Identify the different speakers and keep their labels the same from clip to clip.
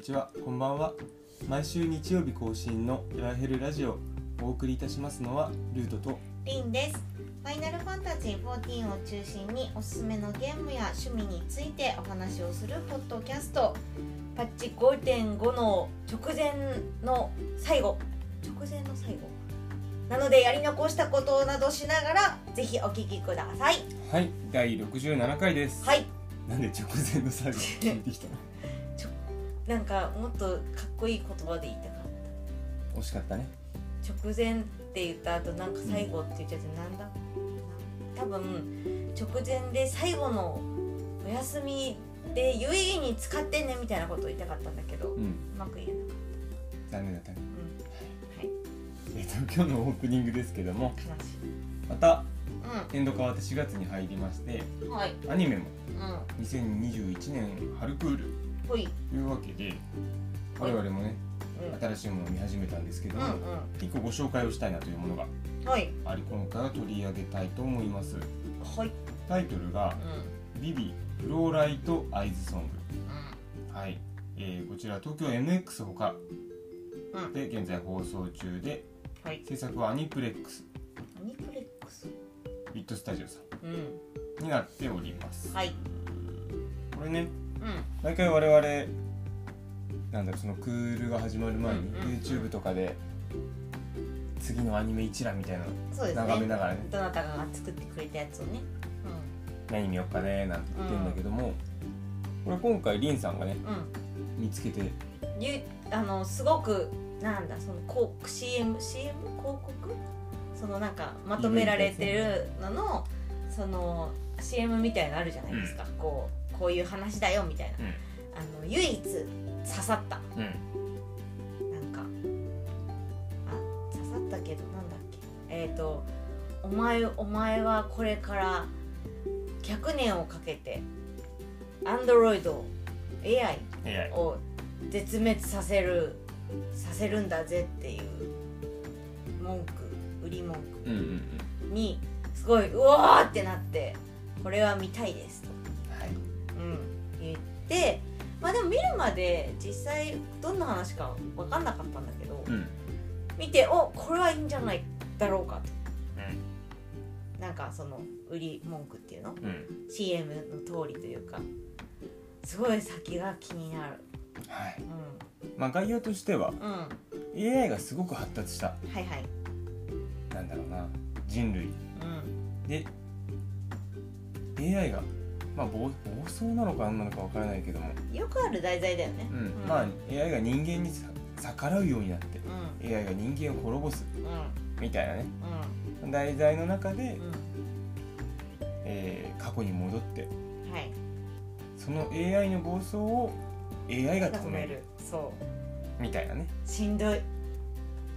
Speaker 1: ちはこんばんは毎週日曜日更新のエラヘルラジオお送りいたしますのはルートと
Speaker 2: リンです。ファイナルファンタジー14を中心におすすめのゲームや趣味についてお話をするポッドキャストパッチ5.5の直前の最後直前の最後なのでやり残したことなどしながらぜひお聞きください
Speaker 1: はい第67回です、
Speaker 2: はい
Speaker 1: なんで直前の最後聞いてきたの
Speaker 2: なんかもっとかっこいい言葉で言いたかっ
Speaker 1: 惜しかったね
Speaker 2: た直前って言った後なんか最後って言っちゃってなんだ多分直前で最後のお休みで有意義に使ってねみたいなことを言いたかったんだけどう
Speaker 1: うん
Speaker 2: まく言えなかっ
Speaker 1: 残念だったね
Speaker 2: た、うん、
Speaker 1: えっと今日のオープニングですけども
Speaker 2: はい
Speaker 1: また
Speaker 2: 悲し
Speaker 1: エンド変わって4月に入りまして
Speaker 2: いうんはい
Speaker 1: アニメも
Speaker 2: う
Speaker 1: 2021年春クール
Speaker 2: んほい
Speaker 1: というわけで我々もね
Speaker 2: うん
Speaker 1: 新しいものを見始めたんですけど
Speaker 2: う
Speaker 1: も、
Speaker 2: ん
Speaker 1: 一個ご紹介をしたいなというものが
Speaker 2: うんはい
Speaker 1: あり今回は取り上げたいと思います
Speaker 2: はい
Speaker 1: タイトルが
Speaker 2: う
Speaker 1: 「
Speaker 2: ん
Speaker 1: ビビフローライトアイズソング」はい、えーこちら東京 MX ほか
Speaker 2: うんうん
Speaker 1: で現在放送中で
Speaker 2: はい
Speaker 1: 制作はアニプレックス
Speaker 2: アニプレックス
Speaker 1: ビットスタジオさ
Speaker 2: うん
Speaker 1: んになっております、
Speaker 2: はい
Speaker 1: これね
Speaker 2: うん
Speaker 1: 毎回我々なんだろうそのクールが始まる前に
Speaker 2: うんうんうん
Speaker 1: YouTube とかで次のアニメ一覧みたいなの
Speaker 2: そうですね
Speaker 1: 眺めながらね
Speaker 2: どなたかが作ってくれたやつをね
Speaker 1: 何見よっかねなんて言ってんだけども、これ今回リンさんがね
Speaker 2: うんうん
Speaker 1: 見つけて
Speaker 2: ゆあのすごくなんだその広 CM, CM 広告そのなんかまとめられてるののその CM みたいのあるじゃないですか、こうこういう話だよみたいなあの唯一刺さった
Speaker 1: うん、
Speaker 2: なんかあ刺さったけどなんだっけえっ、とお前お前はこれから100年をかけてアンドロイド AI
Speaker 1: え
Speaker 2: を絶滅させるさせるんだぜっていう文句売り文
Speaker 1: うんうんうん
Speaker 2: 句にすごいうわーってなってこれは見たいですと、
Speaker 1: はい
Speaker 2: うん、言ってまあでも見るまで実際どんな話か分かんなかったんだけど
Speaker 1: うん
Speaker 2: 見ておこれはいいんじゃないだろうかとなんかその売り文句っていうの
Speaker 1: うん
Speaker 2: CM の通りというかすごい先が気になる
Speaker 1: はい
Speaker 2: うん
Speaker 1: まあ概要としては
Speaker 2: うんは
Speaker 1: AI がすごく発達した
Speaker 2: いはい
Speaker 1: なんだろうな人類
Speaker 2: うん
Speaker 1: で AI がまあ暴暴走なのか何なのかわからないけども、
Speaker 2: よくある題材だよね。
Speaker 1: うん
Speaker 2: うん
Speaker 1: まあ AI が人間にさ逆らうようになって
Speaker 2: うん
Speaker 1: AI が人間を滅ぼす
Speaker 2: うん
Speaker 1: みたいなね題材の中で
Speaker 2: うん、う
Speaker 1: えー過去に戻って
Speaker 2: んはい
Speaker 1: その AI の暴走を AI が止
Speaker 2: 止
Speaker 1: め
Speaker 2: め
Speaker 1: る
Speaker 2: るそう
Speaker 1: みたいなね
Speaker 2: しんどい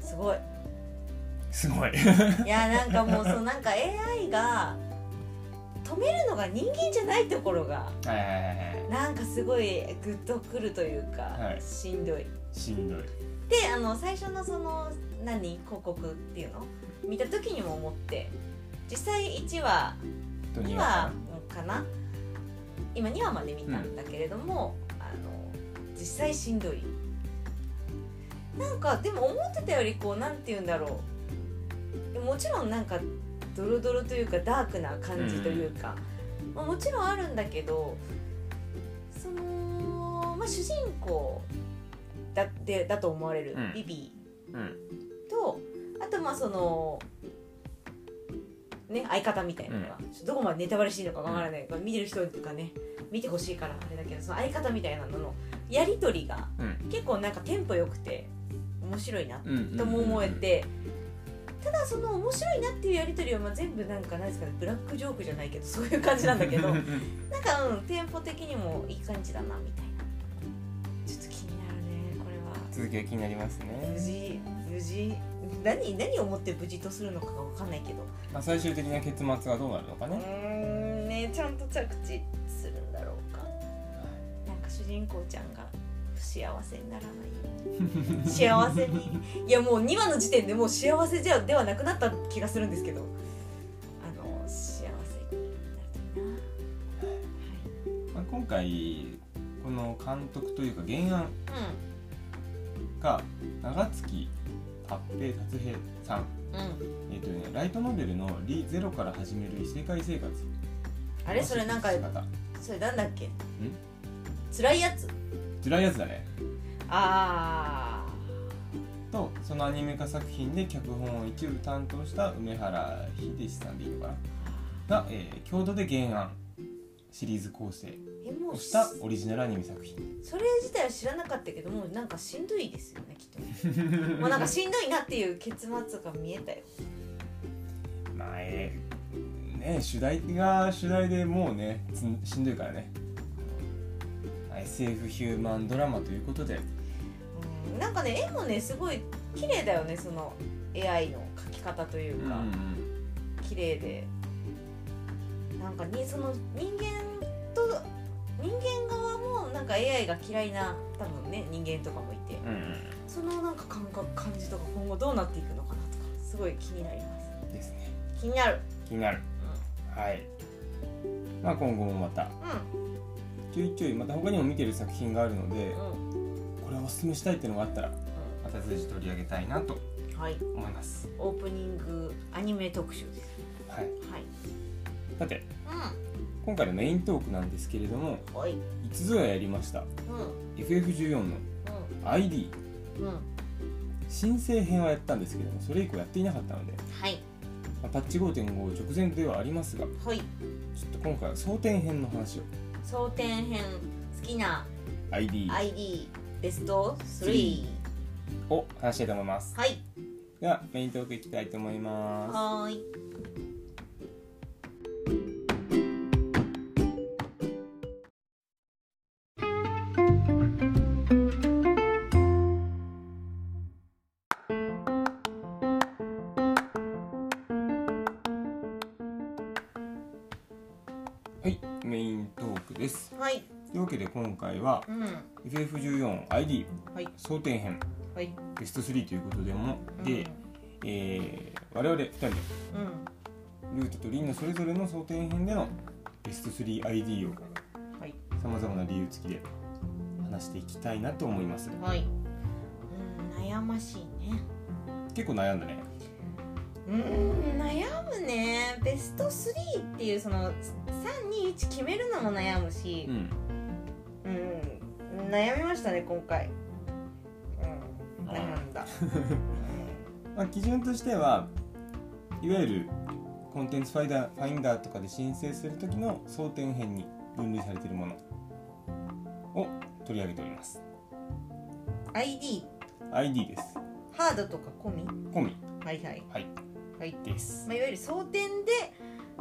Speaker 2: すごい
Speaker 1: すご い
Speaker 2: いやなんかもうそうなんか AI が止めるのが人間じゃないところが
Speaker 1: はいはいはいはい
Speaker 2: なんかすごいグッとくるというか、
Speaker 1: はい
Speaker 2: しんどい
Speaker 1: しんどい
Speaker 2: であの最初のその何広告っていうの見た時にも思って実際1話
Speaker 1: と
Speaker 2: 2
Speaker 1: に
Speaker 2: 話
Speaker 1: は
Speaker 2: かな今2話まで見たんだけれども、あの実際しんどいなんかでも思ってたよりこうなんて言うんだろうもちろんなんかドロドロというかダークな感じというか、まあ、もちろんあるんだけどその、まあ、主人公だでだと思われる
Speaker 1: うん
Speaker 2: ビビ
Speaker 1: うん
Speaker 2: とあとまあそのね相方みたいなのが、ちょっとどこまでネタバレしていいのかわからない、まあ見てる人とかね見てほしいからあれだけどその相方みたいなののやり取りが
Speaker 1: うん
Speaker 2: 結構なんかテンポ良くて面白いな
Speaker 1: うん
Speaker 2: とも思えて。ただその面白いなっていうやり取りはまあ全部なんか何ですかねブラックジョークじゃないけどそういう感じなんだけどなんかうんテンポ的にもいい感じだなみたいなちょっと気になるねこれは
Speaker 1: 続きが気になりますね
Speaker 2: 無事無事何何をもって無事とするのかが分かんないけど
Speaker 1: まあ、最終的な結末はどうなるのか
Speaker 2: う
Speaker 1: ね、
Speaker 2: ーんねちゃんと着地するんだろうかなんか主人公ちゃんが不幸せにならないように 幸せにいやもう2話の時点でもう幸せじゃではなくなった気がするんですけどあの幸せになるといいな、
Speaker 1: まあ、今回この監督というか原案
Speaker 2: う
Speaker 1: が長月達平達平さん、
Speaker 2: んうん
Speaker 1: えーとね、ライトノベルの「リ・ゼロから始める異世界生活」
Speaker 2: あれそれなんか
Speaker 1: 仕方
Speaker 2: それなんだっけ辛いやつ
Speaker 1: 辛いやつだね
Speaker 2: あ
Speaker 1: とそのアニメ化作品で脚本を一部担当した梅原秀志さんでいいのかなが、えー共同で原案シリーズ構成
Speaker 2: ーえも
Speaker 1: を
Speaker 2: う
Speaker 1: し
Speaker 2: した
Speaker 1: オリジナルアニメ作品
Speaker 2: それ自体は知らなかったけどもうなんかしんどいですよねきっとね もうなんかしんどいなっていう結末が見えたよ
Speaker 1: まあえーね主題が主題でもうねつんしんどいからねまあ SF ヒューマンドラマということで
Speaker 2: うんなんかね絵もねすごい綺麗だよねその AI の描き方というか、綺麗でなんかにその人間と人間側もなんか AI が嫌いな多分ね人間とかもいて
Speaker 1: うんうん
Speaker 2: そのなんか感覚感じとか今後どうなっていくのかなとかすごい気になります
Speaker 1: うんですね
Speaker 2: 気になる
Speaker 1: 気になるはいまあ今後もまた
Speaker 2: う
Speaker 1: ちょいちょいまた他にも見てる作品があるので
Speaker 2: んうん、
Speaker 1: これはおすすめしたいっていうのがあったらまた随時取り上げたいなと
Speaker 2: うん、はい
Speaker 1: 思います
Speaker 2: オープニングアニメ特集です
Speaker 1: はい
Speaker 2: はい
Speaker 1: さて
Speaker 2: う
Speaker 1: 今回のメイントークなんですけれども
Speaker 2: んはいうん
Speaker 1: いつぞややりました
Speaker 2: うん
Speaker 1: FF14 の ID
Speaker 2: うん
Speaker 1: 申請編はやったんですけどもそれ以降やっていなかったので、
Speaker 2: はい
Speaker 1: まあパッチ5.5直前ではありますがちょ
Speaker 2: はい
Speaker 1: っと今回は争点編の話を
Speaker 2: 争点編好きな
Speaker 1: ID
Speaker 2: ID ベスト3
Speaker 1: を話したいと思います
Speaker 2: はい
Speaker 1: ではメイントークいきたいと思いま
Speaker 2: はーい
Speaker 1: すはいメイントークです
Speaker 2: はい
Speaker 1: というわけで今回は
Speaker 2: うん
Speaker 1: FF14ID
Speaker 2: はい
Speaker 1: 争点編
Speaker 2: はい
Speaker 1: ベスト3ということでもで、えー我々2人で
Speaker 2: うん
Speaker 1: ルートとリンのそれぞれの争点編でのベスト 3ID を
Speaker 2: はい
Speaker 1: さまざまな理由付きで話していきたいなと思います
Speaker 2: はいうん悩ましいね
Speaker 1: 結構悩んだね
Speaker 2: うん悩むねベスト3っていうその321決めるのも悩むし
Speaker 1: う、ん
Speaker 2: うん、悩みましたね今回、うん、
Speaker 1: あー
Speaker 2: 悩んだ
Speaker 1: まあ、基準としてはいわゆるコンテンツファイダーファインダーとかで申請する時の争点編に分類されているものを取り上げております
Speaker 2: ID
Speaker 1: ID です
Speaker 2: ハードとか込み
Speaker 1: 込み
Speaker 2: はいはい
Speaker 1: はい
Speaker 2: はい、
Speaker 1: です
Speaker 2: まあ、いわゆる争点で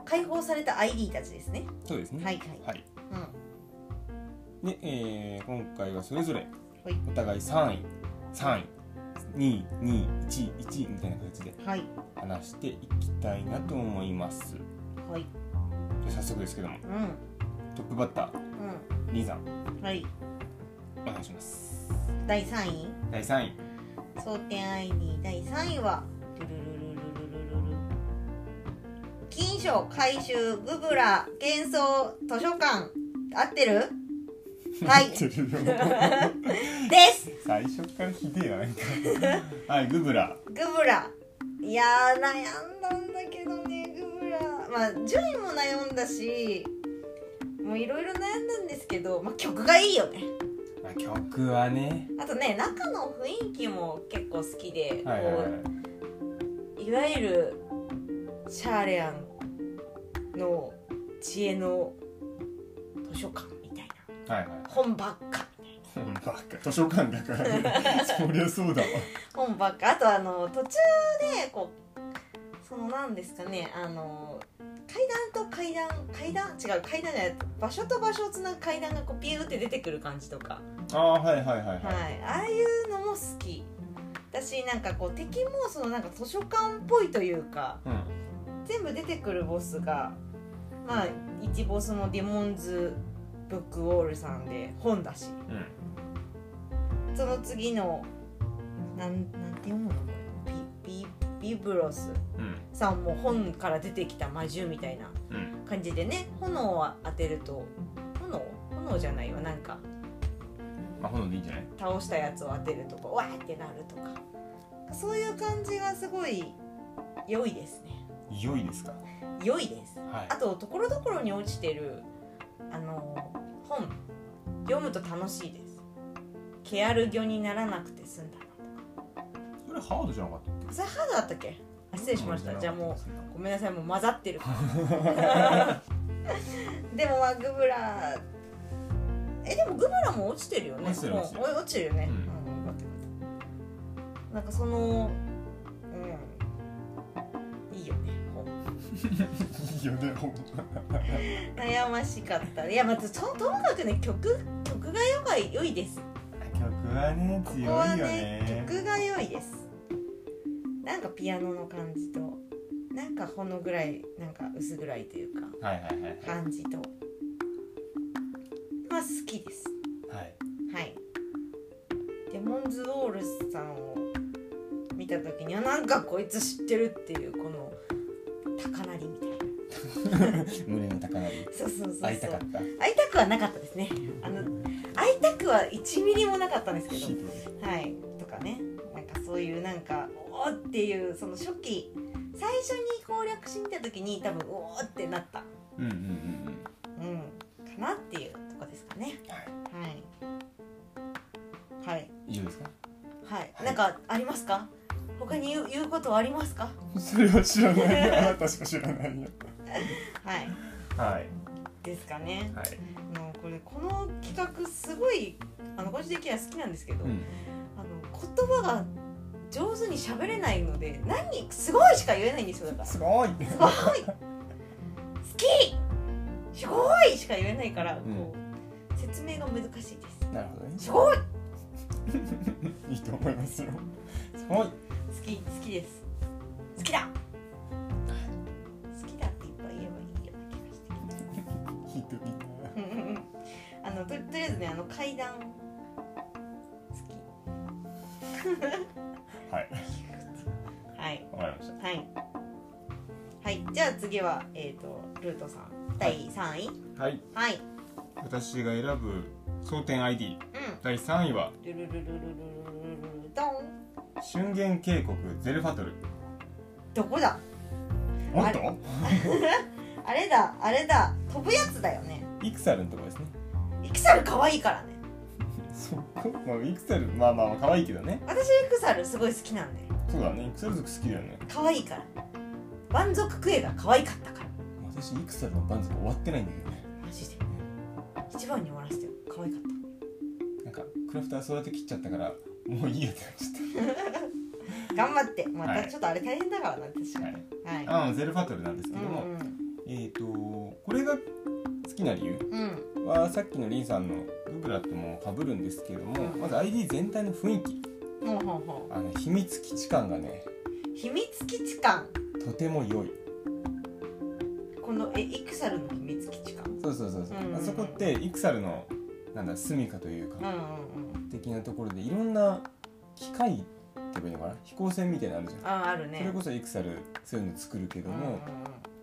Speaker 2: 解放された ID たちですね
Speaker 1: そうですね
Speaker 2: はいはい
Speaker 1: はい
Speaker 2: うん
Speaker 1: で、えー今回はそれぞれ
Speaker 2: はい
Speaker 1: お互い3位3位2211みたいな形で
Speaker 2: はい
Speaker 1: 話していきたいなと思いますじ
Speaker 2: はい
Speaker 1: ゃあ早速ですけども
Speaker 2: う
Speaker 1: トップバッター
Speaker 2: ん
Speaker 1: リーさん
Speaker 2: うんはい
Speaker 1: お願いします
Speaker 2: 第3位
Speaker 1: 第3位
Speaker 2: 争点 ID 第3位はルルルルルルルルル金賞回収グブラ幻想図書館合ってる は いです
Speaker 1: 最初からひでえななんかはいグブラ
Speaker 2: グブラいやー悩んだんだけどねグブラまあ順位も悩んだしもういろいろ悩んだんですけど、まあ、曲がいいよね
Speaker 1: まあ曲はね
Speaker 2: あとね中の雰囲気も結構好きで、
Speaker 1: はいはいはい
Speaker 2: こういわゆるシャーレアンの知恵の図書館みたいな
Speaker 1: はいはい
Speaker 2: 本ばっか
Speaker 1: うんバカ図書館だからねそりゃそうだわ
Speaker 2: 本ばっかあとあの途中でこうそのなんですかねあの階段と階段階段違う階段じゃない場所と場所をつなぐ階段がこうビューって出てくる感じとか、
Speaker 1: ああーはいはいはい
Speaker 2: は、
Speaker 1: はい
Speaker 2: ああいうのも好きだしなんかこう敵もそのなんか図書館っぽいというか
Speaker 1: い、うん、
Speaker 2: 全部出てくるボスがまあ一ボスもディモンズ・ブックウォールさんで本だし
Speaker 1: うん、
Speaker 2: その次のなんなんて読むのこれビビビブロス
Speaker 1: うん、
Speaker 2: さんも本から出てきた魔獣みたいな
Speaker 1: うん、
Speaker 2: 感じでね炎を当てると炎炎じゃないわなんか
Speaker 1: まあ炎でいいんじゃない
Speaker 2: 倒したやつを当てるとかわーってなるとかそういう感じがすごい良いですね
Speaker 1: 良いですか
Speaker 2: 良いです
Speaker 1: はい
Speaker 2: あとところどころに落ちてるあの本読むと楽しいですケアル魚にならなくて済んだ
Speaker 1: それハードじゃなかったっけ
Speaker 2: それハードだったっけあ失礼しましたじゃあもう
Speaker 1: う
Speaker 2: ごめんなさいもう混ざってるでもまあグブラえでもグブラも落ちてるよね
Speaker 1: 落ちてる
Speaker 2: もう
Speaker 1: 落ちてる
Speaker 2: 落ちてるよね、
Speaker 1: うん
Speaker 2: うんよかったよかったなんかそのうんいいよね本
Speaker 1: いいよねほん
Speaker 2: 悩ましかったいやまずとともかくね曲曲が良が良いです
Speaker 1: 曲はね
Speaker 2: こ
Speaker 1: 強い
Speaker 2: こは
Speaker 1: よ
Speaker 2: ね
Speaker 1: ね
Speaker 2: 曲が良いですなんかピアノの感じとなんかほのぐらいなんか薄暗いというか
Speaker 1: はいはいはいはい
Speaker 2: 感じとまあ好きです
Speaker 1: はい
Speaker 2: はいデモンズ・ウォールスさんを見た時にはなんかこいつ知ってるっていうこの高鳴りみたいな
Speaker 1: 胸の高鳴り
Speaker 2: そうそうそうそう
Speaker 1: 会いたかった
Speaker 2: 会いたくはなかったですねあの会いたくは1ミリもなかったんですけ
Speaker 1: ひ
Speaker 2: ど
Speaker 1: どい
Speaker 2: はいとかねなんかそういうなんかおおっていうその初期最初に攻略しに行った時に多分おおってなった
Speaker 1: うんうんうんうん
Speaker 2: うんかなっていうとこですかね
Speaker 1: は
Speaker 2: はいはい
Speaker 1: い以上ですか
Speaker 2: はいなんかありますか他に言う言うことはありますか
Speaker 1: それは知らないよあなたしか知らないよ
Speaker 2: はい
Speaker 1: はい
Speaker 2: ですかね
Speaker 1: はい
Speaker 2: もうこれこの企画すごいあの個人的には好きなんですけど、
Speaker 1: うん
Speaker 2: あの言葉が上手に喋れないので何すごいしか言えないんですよだからす
Speaker 1: すごい
Speaker 2: ごい好きすごいしか言えないからこう、説明が難しいです
Speaker 1: なるほどね
Speaker 2: すごい好
Speaker 1: いいと思いますよすごい
Speaker 2: き好きです好きだ好きだっていっぱい言えばいいような気がしてき
Speaker 1: ひどいな
Speaker 2: たうんうんうんあのととりあえずねあの階段好き
Speaker 1: はい
Speaker 2: はい
Speaker 1: わかりました
Speaker 2: はい。はい、じゃあ次は、えっ、と、ルートさん、第三位。
Speaker 1: はい
Speaker 2: はい。
Speaker 1: 私が選ぶ争点 ID 第3位は
Speaker 2: うん。ルルルルルルルルルドン。
Speaker 1: 春元渓谷ゼルファトル
Speaker 2: どこだ。
Speaker 1: おっ
Speaker 2: あ
Speaker 1: と
Speaker 2: あれだ、あれだ、飛ぶやつだよね。
Speaker 1: イクサルのとこですね
Speaker 2: イクサル可愛いからね。
Speaker 1: そこまあイクサルまあまあまあ可愛いけどね
Speaker 2: 私イクサルすごい好きなんで。
Speaker 1: そうだねイクサル族好きだよね
Speaker 2: 可愛いから。万族クエが可愛かったから。
Speaker 1: 私イクサルの番族終わってないんだけどね
Speaker 2: マジで。一番に終わらせてよ。可愛かった。
Speaker 1: なんかクラフター育て切っちゃったからもういいやってなっち
Speaker 2: 頑張って、ま
Speaker 1: は
Speaker 2: た
Speaker 1: い
Speaker 2: ちょっとあれ大変だからな、確か
Speaker 1: ゃっ
Speaker 2: に。はい。
Speaker 1: た、はい、あゼルファトルなんです
Speaker 2: う
Speaker 1: けども、
Speaker 2: んうん。
Speaker 1: えっ、とこれが好きな理由
Speaker 2: うん。
Speaker 1: はさっきのリンさんのグブラとも被るんですけどもまず ID 全体の雰囲気
Speaker 2: ほうほうほ
Speaker 1: あの秘密基地感がね
Speaker 2: う。秘密基地感。
Speaker 1: とても良い
Speaker 2: この、え、イクサルの秘密基地感。
Speaker 1: そうそうそうそう、
Speaker 2: うんうんうん
Speaker 1: あそこってイクサルのなんだ住みかという
Speaker 2: うんう
Speaker 1: か、
Speaker 2: んうん。
Speaker 1: 的なところでいろんな機械って言えばいいのかな飛行船みたいなのあるじゃん、
Speaker 2: あーあるね
Speaker 1: それこそイクサルそういうの作るけども、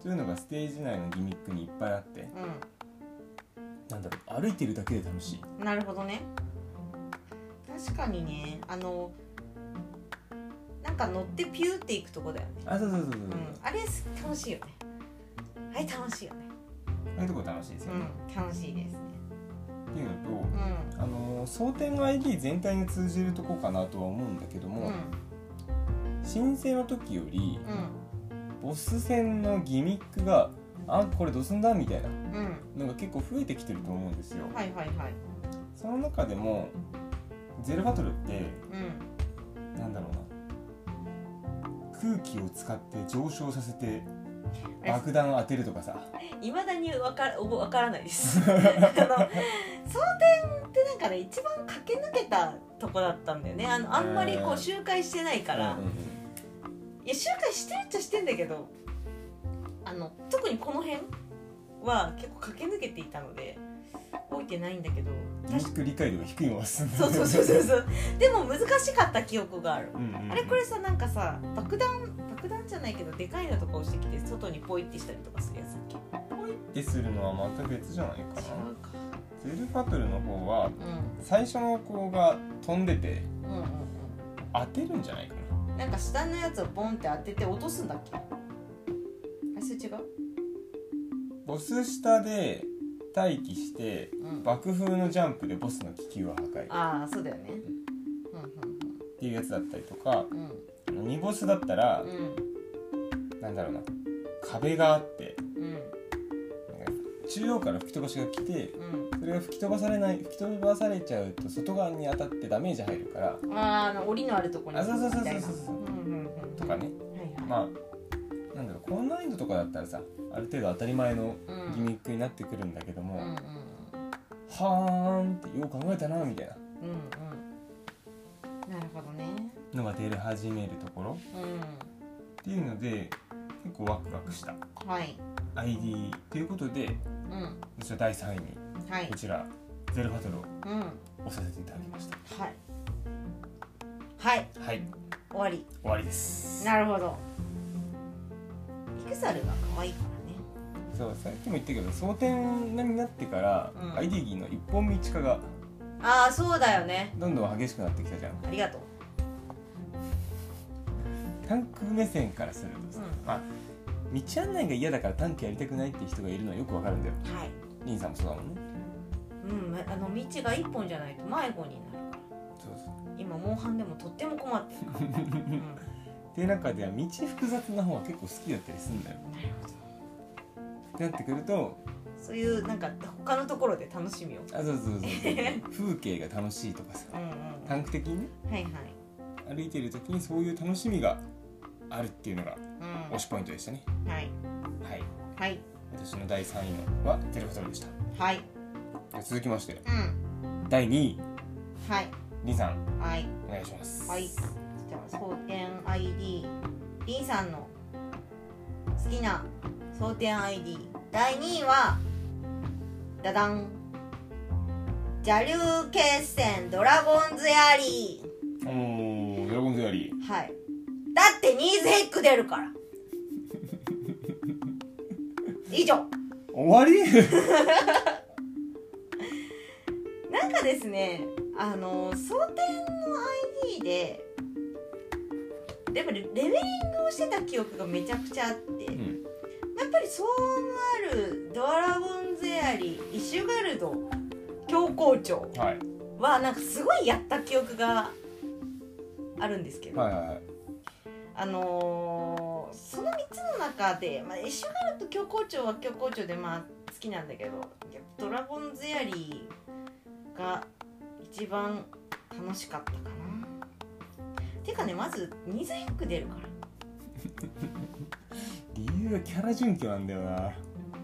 Speaker 1: そういうのがステージ内のギミックにいっぱいあって
Speaker 2: うんうんうん
Speaker 1: なんだろう歩いてるだけで楽しい
Speaker 2: うんなるほどね確かにねあのなんか乗ってピューっていくとこだよね、
Speaker 1: あそうそうそうそう
Speaker 2: うん
Speaker 1: そう、
Speaker 2: あれす楽しいよねあれ楽しいよね
Speaker 1: ああいうとこ楽しいですよね、
Speaker 2: うん楽しいですね
Speaker 1: っていうのと、
Speaker 2: うん
Speaker 1: あのー争点 ID 全体に通じるとこかなとは思うんだけど
Speaker 2: う
Speaker 1: も、
Speaker 2: ん
Speaker 1: 申請の時より
Speaker 2: うん
Speaker 1: ボス戦のギミックがあこれどうすんだみたいな
Speaker 2: うん
Speaker 1: のが結構増えてきてると思うんですよ
Speaker 2: はいはいはい
Speaker 1: その中でもゼルバトルって
Speaker 2: うん
Speaker 1: なんだろうな空気を使って上昇させて爆弾を当てるとかさ
Speaker 2: いまだにわからおぼわからないです あの蒼天ってなんかね一番駆け抜けたとこだったんだよねあのあんまりこう周回してないから、
Speaker 1: うんうん
Speaker 2: いや周回してるっちゃしてんだけどあの特にこの辺は結構駆け抜けていたので覚えてないんだけど
Speaker 1: うんギミ
Speaker 2: 確か
Speaker 1: ック理解度が低いまま進んで
Speaker 2: そうそうそうそうそうでも難しかった記憶がある
Speaker 1: うんうんうん
Speaker 2: あれこれさなんかさ爆弾爆爆弾じゃないけどでかいのとか押してきて外にポイってしたりとかするやつだっけ
Speaker 1: ポイってするのはまた別じゃないかな
Speaker 2: 違うか
Speaker 1: ツールバトルの方は
Speaker 2: う
Speaker 1: 最初の子が飛んでて
Speaker 2: んうんうん
Speaker 1: 当てるんじゃないかな
Speaker 2: うんなんか下のやつをボンって当てて落とすんだっけあれそれ違う
Speaker 1: ボス下で待機して
Speaker 2: うん
Speaker 1: 爆風のジャンプでボスの気球を破壊っ
Speaker 2: ああそうだよねう
Speaker 1: ていうやつだったりとか
Speaker 2: んうん
Speaker 1: 2ボスだったら
Speaker 2: うんうん
Speaker 1: なんだろうな壁があって
Speaker 2: うん
Speaker 1: なんか中央から吹き飛ばしが来て
Speaker 2: うん
Speaker 1: それが吹き飛ばされない吹き飛ばされちゃうと外側に当たってダメージ入るから
Speaker 2: あーあの檻のあるとこに
Speaker 1: あそうそうそうそうそう
Speaker 2: うんうんうん
Speaker 1: とかね
Speaker 2: はいはい、
Speaker 1: まあなんだろう高難易度とかだったらさある程度当たり前の
Speaker 2: うん
Speaker 1: ギミックになってくるんだけども、
Speaker 2: うんうん
Speaker 1: はーんってよう考えたなみたいな
Speaker 2: うんうんなるほどね
Speaker 1: のが出る始めるところ
Speaker 2: う
Speaker 1: っていうので結構ワクワクした
Speaker 2: んはい
Speaker 1: ID ということで
Speaker 2: うん
Speaker 1: 私は第3位に
Speaker 2: はい
Speaker 1: こちらゼロバトルを
Speaker 2: うん
Speaker 1: 押させていただきました
Speaker 2: はいはい
Speaker 1: はい
Speaker 2: 終わり
Speaker 1: 終わりです
Speaker 2: なるほどピクサルが可愛いか
Speaker 1: そうさっきも言ったけど争点になってから、
Speaker 2: うん
Speaker 1: ID の一本道化が
Speaker 2: らねああそうだよね
Speaker 1: どんどん激しくなってきたじゃん
Speaker 2: ありがとう
Speaker 1: タンク目線からするとさ、
Speaker 2: うん
Speaker 1: まあ道案内が嫌だからタンクやりたくないっていう人がいるのはよくわかるんだよ
Speaker 2: はい
Speaker 1: リンさんもそうだもんね
Speaker 2: うんあの道が一本じゃないと迷子になるから
Speaker 1: そうそう
Speaker 2: 今モンハンでもとっても困ってるから、 うん、なる
Speaker 1: で中では道複雑な方が結構好きだったりするんだよ
Speaker 2: ほど
Speaker 1: ってなってくると
Speaker 2: そういうなんか他のところで楽しみを
Speaker 1: あそうそうそうそう風景が楽しいとかさ
Speaker 2: うんうんは
Speaker 1: 短期的にね
Speaker 2: いはい
Speaker 1: 歩いてる時にそういう楽しみがあるっていうのが
Speaker 2: うん
Speaker 1: 推しポイントでしたね
Speaker 2: はい
Speaker 1: はい
Speaker 2: はい
Speaker 1: 私の第3位のはゼロフトルでした
Speaker 2: はい
Speaker 1: じゃあ続きまして
Speaker 2: うん
Speaker 1: 第2位
Speaker 2: はい
Speaker 1: リンさん
Speaker 2: はい
Speaker 1: お願いします
Speaker 2: はいじゃあ蒼天 ID B さんの好きな蒼天 ID 第2位はダダン邪竜決戦ドラゴンズヤリー
Speaker 1: おードラゴンズより
Speaker 2: はいだってニーズヘック出るから 以上
Speaker 1: 終わり
Speaker 2: なんかですねあの蒼天の ID ででもレレベリングをしてた記憶がめちゃくちゃあって、
Speaker 1: うん
Speaker 2: やっぱりソームあるドラゴンゼアリーイシュガルド教皇庁
Speaker 1: はい
Speaker 2: はなんかすごいやった記憶があるんですけど、
Speaker 1: はいはいはい
Speaker 2: あのーその3つの中で、まあ、イシュガルド教皇庁は教皇庁でまあ好きなんだけどやっぱドラゴンゼアリーが一番楽しかったかなてかねまずニズヘック出るから
Speaker 1: 理由はキャラ準拠なんだよな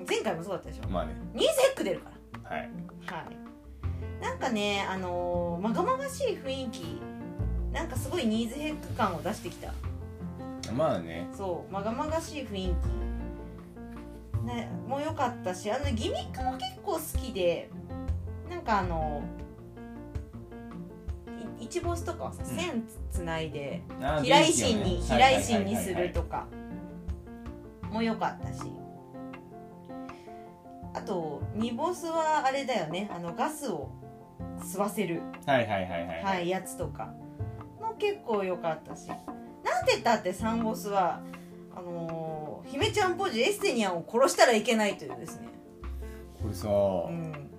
Speaker 2: 前回もそうだったでしょ
Speaker 1: まあね
Speaker 2: ニズヘック出るから
Speaker 1: はい
Speaker 2: はい、なんかねあのーまがまがしい雰囲気なんかすごいニーズヘック感を出してきた
Speaker 1: まあね
Speaker 2: そうまがまがしい雰囲気、ね、もう良かったしあのギミックも結構好きでなんかあのい一ボスとかはさ
Speaker 1: うん
Speaker 2: 線つつないで
Speaker 1: あー
Speaker 2: 飛来心
Speaker 1: 電気
Speaker 2: に
Speaker 1: をね
Speaker 2: 飛来心に
Speaker 1: は
Speaker 2: す
Speaker 1: いはいはいはい
Speaker 2: るとかも良かったしあとニボスはあれだよねあのガスを吸わせる、
Speaker 1: はいはいはいはい
Speaker 2: はい、やつとかも結構良かったしなんて言ったってサンボスはあのー姫ちゃんポジエステニアンを殺したらいけないというですね、
Speaker 1: これさ、
Speaker 2: うん、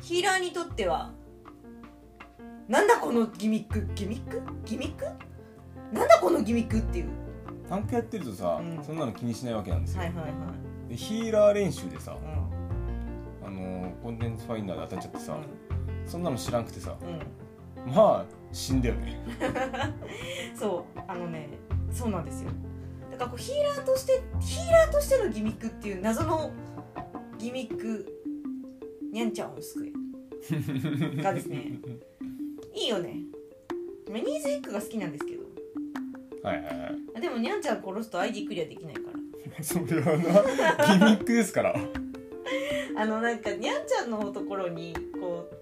Speaker 2: ヒーラーにとってはなんだこのギミックギミックギミックなんだこのギミックっていう
Speaker 1: タンクやってるとさ、
Speaker 2: うん
Speaker 1: そんなの気にしないわけなんですよ、
Speaker 2: はいはいはい
Speaker 1: でヒーラー練習でさ、
Speaker 2: うん
Speaker 1: あのーコンテンツファインダーで当たっちゃってさ、
Speaker 2: う
Speaker 1: そんなの知らんくてさ
Speaker 2: ん、うん
Speaker 1: まあ死んだよね
Speaker 2: そうあのねそうなんですよだからこうヒーラーとしてヒーラーとしてのギミックっていう謎のギミックにゃんちゃんを救えがですねいいよねまあニーズエッグが好きなんですけど
Speaker 1: はいはいはい
Speaker 2: あでもにゃんちゃん殺すと ID クリアできないから
Speaker 1: それはなギミックですから
Speaker 2: あのなんかにゃんちゃんのところにこう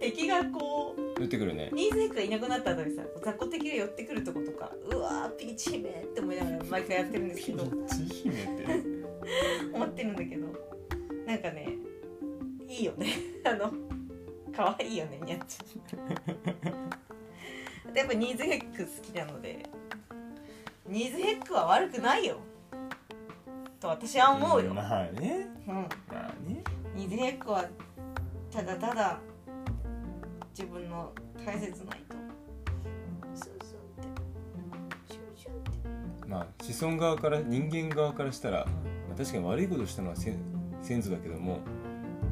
Speaker 2: 敵がこう
Speaker 1: 寄ってくるね
Speaker 2: リーズネックがいなくなった後にさ雑魚的で寄ってくるとことかうわーピーチ姫って思いながら毎回やってるんで
Speaker 1: ピ
Speaker 2: すけど
Speaker 1: ーチ姫って
Speaker 2: 思ってるんだけどなんかねいいよね あの可愛いよねにゃっちゃん やっぱニーズヘック好きなのでニーズヘックは悪くないよと私は思うよ、
Speaker 1: まあね
Speaker 2: うん、
Speaker 1: まあね
Speaker 2: ニーズヘックはただただ自分の大切な人スンスンってシュンシュンって
Speaker 1: まあ子孫側から人間側からしたら、まあ、確かに悪いことしたのは先先祖だけども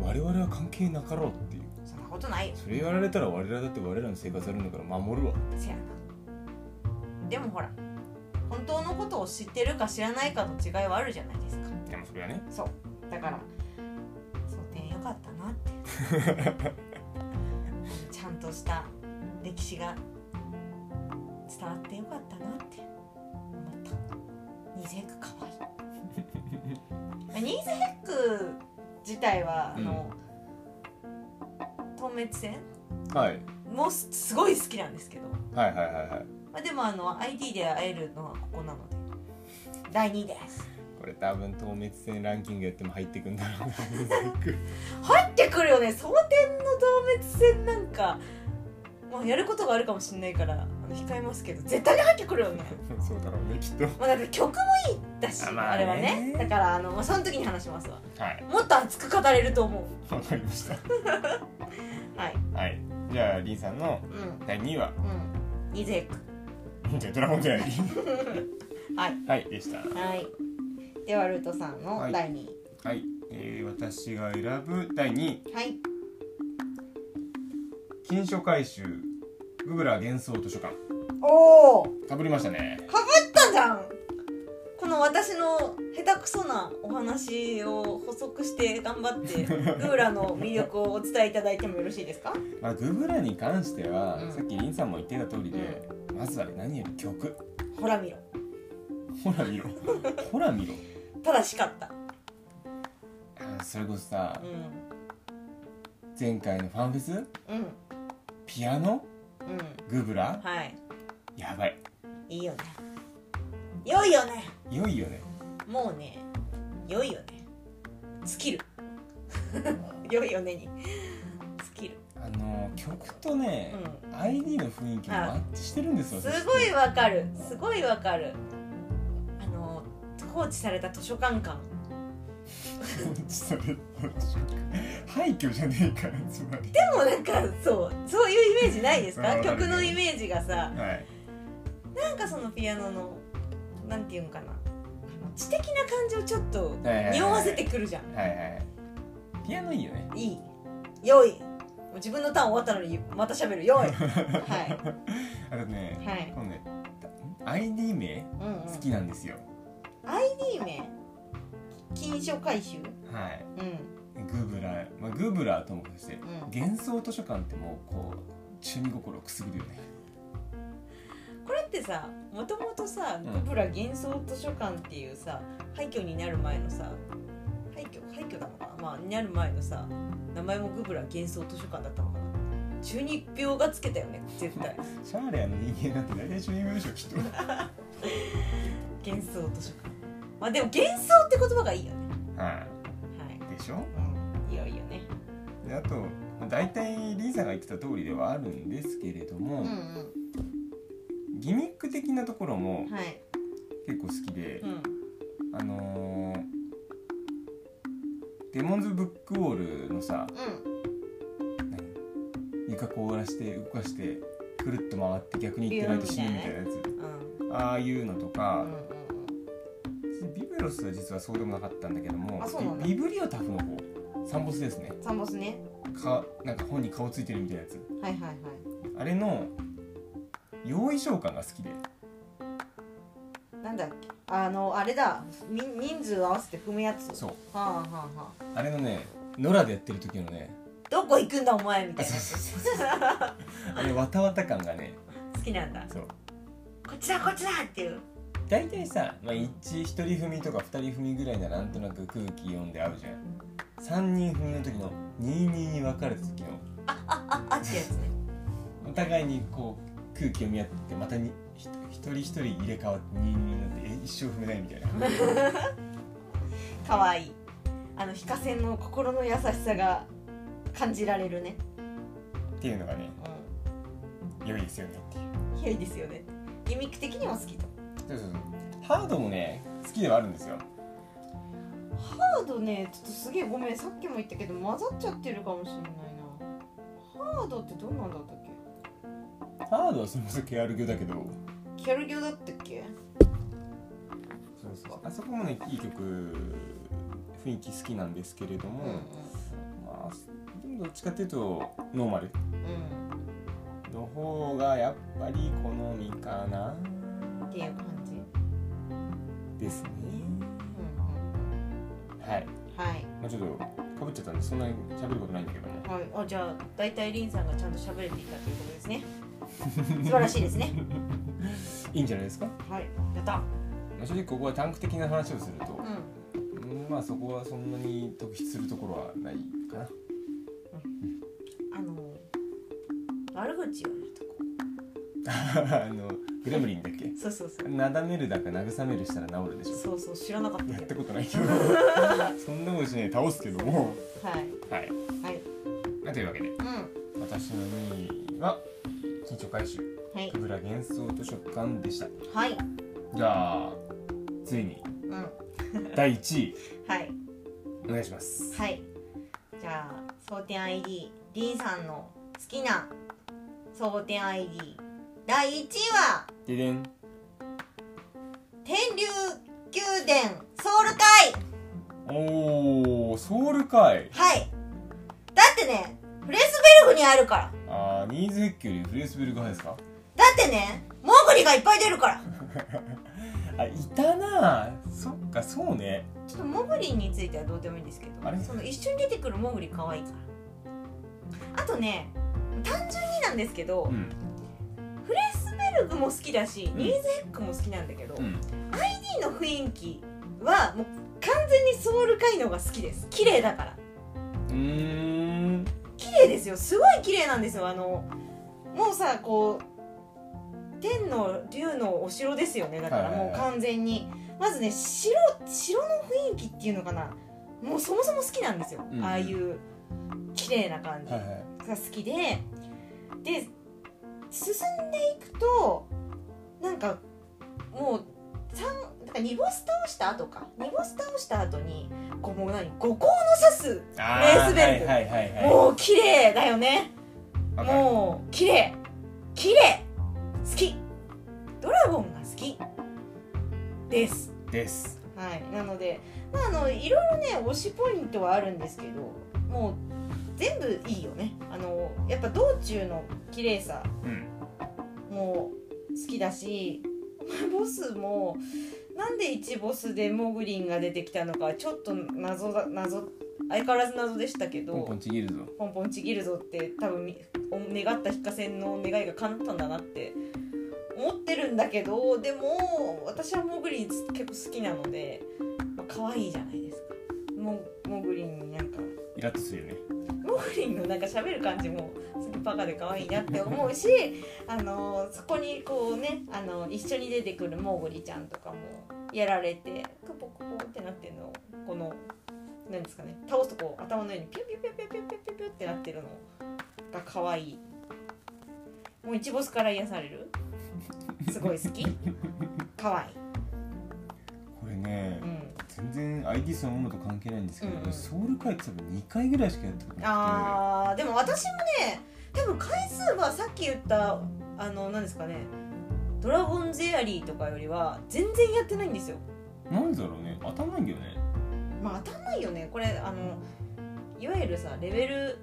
Speaker 1: 我々は関係なかろうっていう
Speaker 2: そんなことないよ
Speaker 1: それ言われたら我らだって我らの生活あるんだから守るわ
Speaker 2: せやなでもほら本当のことを知ってるか知らないかの違いはあるじゃないですか
Speaker 1: でもそれはね
Speaker 2: そうだからそう点よかったなって ちゃんとした歴史が伝わってよかったなって思ったニーズヘックかわいいニーズヘック自体はあの、東滅戦
Speaker 1: はい
Speaker 2: もすすごい好きなんですけど
Speaker 1: はいはいはいはい
Speaker 2: まあ、でもあの IT で会えるのはここなので第2位です
Speaker 1: これ多分透明戦ランキングやっても入ってくんだろうな
Speaker 2: 入ってくるよね蒼天の動滅戦なんか、まあ、やることがあるかもしれないからあの控えますけど絶対に入ってくるよね、
Speaker 1: そうだろうねきっと
Speaker 2: まあ、だって曲もいいだしあ,、
Speaker 1: まあね
Speaker 2: れはねだからあの、まあ、その時に話しますわ
Speaker 1: はい
Speaker 2: もっと熱く語れると思う
Speaker 1: わかりました
Speaker 2: はい
Speaker 1: はいじゃあリンさんの
Speaker 2: うん
Speaker 1: 第2位は
Speaker 2: うんニゼック
Speaker 1: じゃあドラゴンじゃない
Speaker 2: はい
Speaker 1: はいでした
Speaker 2: はいではルートさんの
Speaker 1: はい
Speaker 2: 第2位
Speaker 1: はい、えー、私が選ぶ第2位
Speaker 2: はい、
Speaker 1: 禁書回収グブラ幻想図書館
Speaker 2: おお
Speaker 1: かぶりましたね
Speaker 2: ったじゃんこの私の下手くそなお話を補足して頑張ってルーラの魅力をお伝えいただいてもよろしいですか
Speaker 1: まあ、グブラに関しては、
Speaker 2: うん
Speaker 1: さっきリンさんも言ってた通りで、まずは何より曲
Speaker 2: ほら見ろ
Speaker 1: ほら見ろほら 見ろ
Speaker 2: 正しかった
Speaker 1: あーそれこそさ
Speaker 2: うん
Speaker 1: 前回のファンフェス
Speaker 2: うん
Speaker 1: ピアノ
Speaker 2: うん
Speaker 1: グブラ
Speaker 2: はい
Speaker 1: やばい
Speaker 2: いいよね良いよね
Speaker 1: 良いよね
Speaker 2: もうね良いよねスキル 良いよねにスキル
Speaker 1: あのー曲とね、
Speaker 2: う
Speaker 1: ID の雰囲気もマッチしてるんですよ
Speaker 2: んす
Speaker 1: 私
Speaker 2: ごいわかるすごいわかるあの放置された図書館感
Speaker 1: それ廃墟じゃねえからつまり
Speaker 2: でもなんかそうそういうイメージないです
Speaker 1: う
Speaker 2: か
Speaker 1: ん
Speaker 2: 曲のイメージがさ
Speaker 1: はい
Speaker 2: なんかそのピアノのなんていうんかなあの知的な感じをちょっと
Speaker 1: はいはいはい
Speaker 2: 匂わせてくるじゃん
Speaker 1: はいはいピアノいいよね
Speaker 2: いい良いもう自分のターン終わったのにまた喋る良い は
Speaker 1: あとね
Speaker 2: いはい
Speaker 1: このねん ID 名
Speaker 2: うんう
Speaker 1: 好
Speaker 2: ん
Speaker 1: きなんですよ、
Speaker 2: いいね金賞回収
Speaker 1: はい
Speaker 2: うん
Speaker 1: グブラ、まあ、グブラともかくして
Speaker 2: う
Speaker 1: 幻想図書館ってもうこう中二心をくすぐるよね
Speaker 2: んこれってさもともとさ「
Speaker 1: ん
Speaker 2: グブラ幻想図書館」っていうさ廃墟になる前のさ廃墟廃墟なのかなまあになる前のさ名前もグブラ幻想図書館だったのかな中二病がつけたよね絶対
Speaker 1: シャーレアの人間なんて大体中二病でしょきっと
Speaker 2: 幻想図書館まあでも幻想って言葉がいいよね
Speaker 1: は
Speaker 2: はい
Speaker 1: いでしょ
Speaker 2: いいよいいよね
Speaker 1: であとまあ大体リーさんが言ってた通りではあるんですけれども、
Speaker 2: うん
Speaker 1: ギミック的なところも
Speaker 2: うんはい
Speaker 1: 結構好きで
Speaker 2: う、ん
Speaker 1: あのーデモンズ・ブック・ウォールのさ何床凍らして動かしてくるっと回って逆に行ってないと死ぬみたいなやつ
Speaker 2: うんうん
Speaker 1: ああいうのと
Speaker 2: う
Speaker 1: か、
Speaker 2: んうん
Speaker 1: ビブロスは実はそうでもなかったんだけども
Speaker 2: あそうなんだ
Speaker 1: ビビブリオタフの方サンボスですね
Speaker 2: サンボスね
Speaker 1: かなんか本に顔ついてるみたいなやつ
Speaker 2: はいはいはい
Speaker 1: あれの用意召喚が好きで
Speaker 2: なんだっけあのあれだみ人数合わせて踏むやつは
Speaker 1: そう
Speaker 2: あはあはあ
Speaker 1: あれのね野良でやってる時の ね
Speaker 2: どこ行くんだお前みた
Speaker 1: あ
Speaker 2: いな
Speaker 1: そうそうそうそうあれわたわた感がね
Speaker 2: 好きなんだ
Speaker 1: そう
Speaker 2: こっちだこっちだっていう
Speaker 1: 大体さ、まあ、1, 一人踏みとか2人踏みぐらいならなんとなく空気読んで合うじゃん3人踏みの時の22に分かれた時の
Speaker 2: あああってやつね
Speaker 1: お互いにこう空気を見合ってまたにひ一人一人入れ替わって二人になってえ一生踏めないみたいな
Speaker 2: 可愛いあの非化線の心の優しさが感じられるね、
Speaker 1: っていうのがね良いですよねっていう
Speaker 2: うん、良いですよねギミック的にも好きと
Speaker 1: そうそうそうハードもね好きではあるんですよ
Speaker 2: ハードねちょっとすげえごめんさっきも言ったけど混ざっちゃってるかもしれないなハードってどんなんだったっけ
Speaker 1: ハードはそれこそケアル魚だけど
Speaker 2: キャルギョだったっけ
Speaker 1: そうそうあそこもねいい曲雰囲気好きなんですけれども、まあでもどっちかっていうとノーマル
Speaker 2: うん
Speaker 1: の方がやっぱり好みかな
Speaker 2: っていう感じ、
Speaker 1: ですね
Speaker 2: うん
Speaker 1: はい
Speaker 2: うん、はい
Speaker 1: まあちょっとかぶっちゃったんでそんなに喋ることないんだけども
Speaker 2: はい、あじゃあ大体リンさんがちゃんと喋れていたということですね素晴らしいですね
Speaker 1: いいんじゃないですか
Speaker 2: はいやった
Speaker 1: まあ正直ここはタンク的な話をすると
Speaker 2: う、ん
Speaker 1: うんまあそこはそんなに特筆するところはないかな
Speaker 2: あの悪口言われると こ
Speaker 1: あのグレムリンだっけ
Speaker 2: そうそうそう
Speaker 1: なだめるだか慰めるしたら治るでしょ
Speaker 2: そうそう知らなかった
Speaker 1: やっ
Speaker 2: け
Speaker 1: た
Speaker 2: ど
Speaker 1: ことない けどそんなことしないで倒すけども
Speaker 2: はい
Speaker 1: はい
Speaker 2: はい
Speaker 1: まあというわけで
Speaker 2: うん
Speaker 1: 私の2位は緊張回収
Speaker 2: はい
Speaker 1: くぐら幻想図書館でした
Speaker 2: はい
Speaker 1: じゃあついに
Speaker 2: うんは
Speaker 1: 第1位
Speaker 2: い
Speaker 1: お願いします
Speaker 2: はいじゃあ蒼天 ID リンさんの好きな蒼天 ID 第1位は
Speaker 1: ででん
Speaker 2: 天竜宮殿ソウル会
Speaker 1: おーソウル会
Speaker 2: はいだってねフレスベルグにあるから
Speaker 1: あーニーズヘッキよりフレースベルグ派ですか
Speaker 2: だってねモーグリがいっぱい出るから
Speaker 1: あいたなあそっかそうね
Speaker 2: ちょっとモグリについてはどうでもいいんですけど
Speaker 1: あれ
Speaker 2: その一緒に出てくるモグリ可愛いからあとね単純になんですけど、
Speaker 1: うん
Speaker 2: フレスベルグも好きだし、
Speaker 1: ん
Speaker 2: ニーズヘックも好きなんだけど、
Speaker 1: う
Speaker 2: D
Speaker 1: ん
Speaker 2: の雰囲気はもう完全にソウル界の方が好きです綺麗だから
Speaker 1: うーん
Speaker 2: 綺麗ですよすごい綺麗なんですよあのもうさこう天の竜のお城ですよねだから
Speaker 1: はいはいは
Speaker 2: もう
Speaker 1: い
Speaker 2: 完全にまずね城城の雰囲気っていうのかなもうそもそも好きなんですよ、
Speaker 1: うん
Speaker 2: ああいう綺麗な感じ
Speaker 1: はい
Speaker 2: が
Speaker 1: はい
Speaker 2: 好きで、で進んでいくとなんかもう三なんか2ボス倒した後か2ボス倒した後にこうもう何五光の刺す
Speaker 1: あ
Speaker 2: フレースベルグ
Speaker 1: はいはいはいはい
Speaker 2: もう綺麗だよね
Speaker 1: わかる
Speaker 2: もう綺麗綺麗好きドラゴンが好きです
Speaker 1: です
Speaker 2: はいなのでまああのいろいろね推しポイントはあるんですけどもう全部いいよねあのやっぱ道中の綺麗さ
Speaker 1: うん
Speaker 2: も好きだしまあボスもなんで1ボスでモグリンが出てきたのかちょっと謎だ謎相変わらず謎でしたけど
Speaker 1: ポンポンちぎるぞ
Speaker 2: ポンポンちぎるぞって多分み願った引火線の願いが叶ったんだなって思ってるんだけどでも私はモグリン結構好きなので、まあ可愛いじゃないですかモモグリンになんか
Speaker 1: イラッとするよね
Speaker 2: モグリンのなんか喋る感じもすごいバカで可愛いなって思うしあのそこにこうねあの一緒に出てくるモグリちゃんとかもやられてクポクポってなってるのをこの何ですかね倒すとこう頭の上にピュピュピュピュピュピュピュピュってなってるのが可愛いもう一ボスから癒されるすごい好き可愛い
Speaker 1: これね
Speaker 2: うん
Speaker 1: 全然 ID そのものと関係ないんですけど、
Speaker 2: うん
Speaker 1: ソウル会って多分2回ぐらいしかやったことな
Speaker 2: あーでも私もね多分回数はさっき言ったあの何ですかね「ドラゴンゼアリー」とかよりは全然やってないんですよ
Speaker 1: くてなんでだろうね当たんないんだよね
Speaker 2: まあ当たんないよねこれあのいわゆるさレベル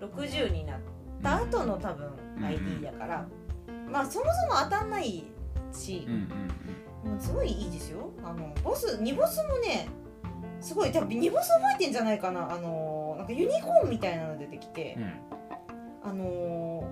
Speaker 2: 60になった後の多分
Speaker 1: うん
Speaker 2: ID だから、まあそもそも当たんないし
Speaker 1: うん、うん
Speaker 2: もうすごいいいですよあのボス2ボスもねすごい多分2ボス覚えてんじゃないかなあのなんかユニコーンみたいなの出てきて、
Speaker 1: うん
Speaker 2: あの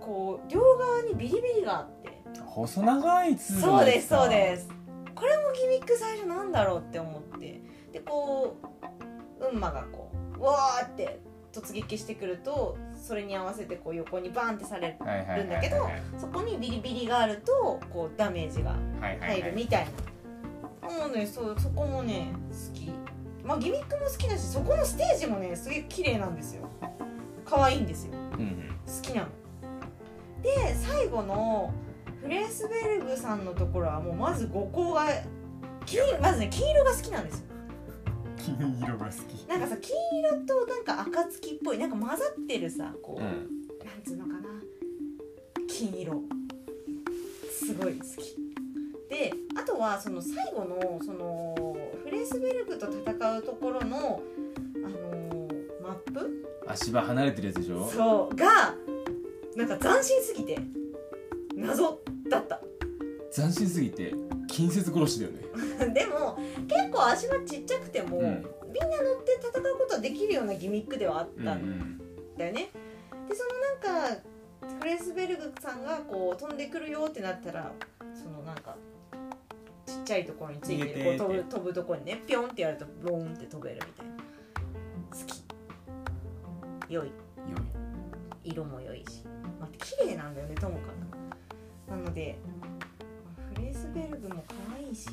Speaker 2: ーこう両側にビリビリがあって
Speaker 1: うん細長い通路
Speaker 2: そうですそうですすこれもギミック最初なんだろうって思ってでこう運馬がこうわーって突撃してくるとそれに合わせてこう横にバンってされ
Speaker 1: はいはいはいはい
Speaker 2: るんだけどそこにビリビリがあるとこうダメージが
Speaker 1: はいはい
Speaker 2: 入
Speaker 1: は
Speaker 2: る
Speaker 1: い
Speaker 2: みたいな、もうねそうそこもね好きまあギミックも好きだしそこのステージもねすげえ綺麗なんですよ可愛いんですよ
Speaker 1: うんうん
Speaker 2: 好きなので最後のフレースベルグさんのところはもうまず五行が金まずね金色が好きなんですよ
Speaker 1: 金色が好き
Speaker 2: なんかさ金色となんか暁っぽいなんか混ざってるさこう、
Speaker 1: うん
Speaker 2: なんつうのかな金色すごい好きであとはその最後のそのフレースベルグと戦うところのあのーマップ
Speaker 1: 足場離れてるやつでしょ
Speaker 2: そうがなんか斬新すぎて謎だった
Speaker 1: 斬新すぎて近接殺しだよね
Speaker 2: でも結構足はちっちゃくても、
Speaker 1: うん
Speaker 2: みんな乗って戦うことはできるようなギミックではあっ
Speaker 1: うんう
Speaker 2: た
Speaker 1: ん
Speaker 2: だよねでそのなんかフレースベルグさんがこう飛んでくるよってなったらそのなんかちっちゃいところについ
Speaker 1: 逃
Speaker 2: て
Speaker 1: げ
Speaker 2: こ
Speaker 1: てー
Speaker 2: う飛ぶ
Speaker 1: っ
Speaker 2: 飛ぶところにねピョンってやるとボーンって飛べるみたいな好き良い
Speaker 1: 良い
Speaker 2: 色も良いし、まあ、綺麗なんだよねともかくなのでフレースベルグも可愛いし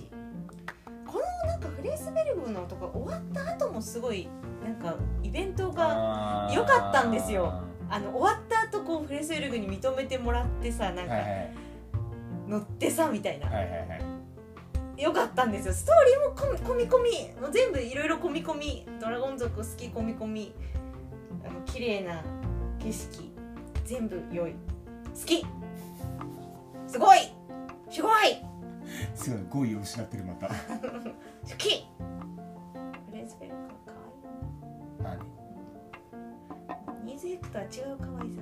Speaker 2: このなんかフレースベルグのとか終わった後もすごいなんかイベントが
Speaker 1: あー
Speaker 2: 良かったんですよあの終わった後こうフレスウェルグに認めてもらってさなん
Speaker 1: はいはい
Speaker 2: か乗ってさみたいな、
Speaker 1: はいはいはい
Speaker 2: よかったんですよストーリーもこみ込み込みもう全部いろいろ込み込みドラゴン族好き込み込みあの綺麗な景色全部良い好きすごいすごい
Speaker 1: すごい語彙を失ってるまた
Speaker 2: 好きフレスウェルグは
Speaker 1: 何
Speaker 2: 可愛いニーズヘクとは違う可愛さがあるよね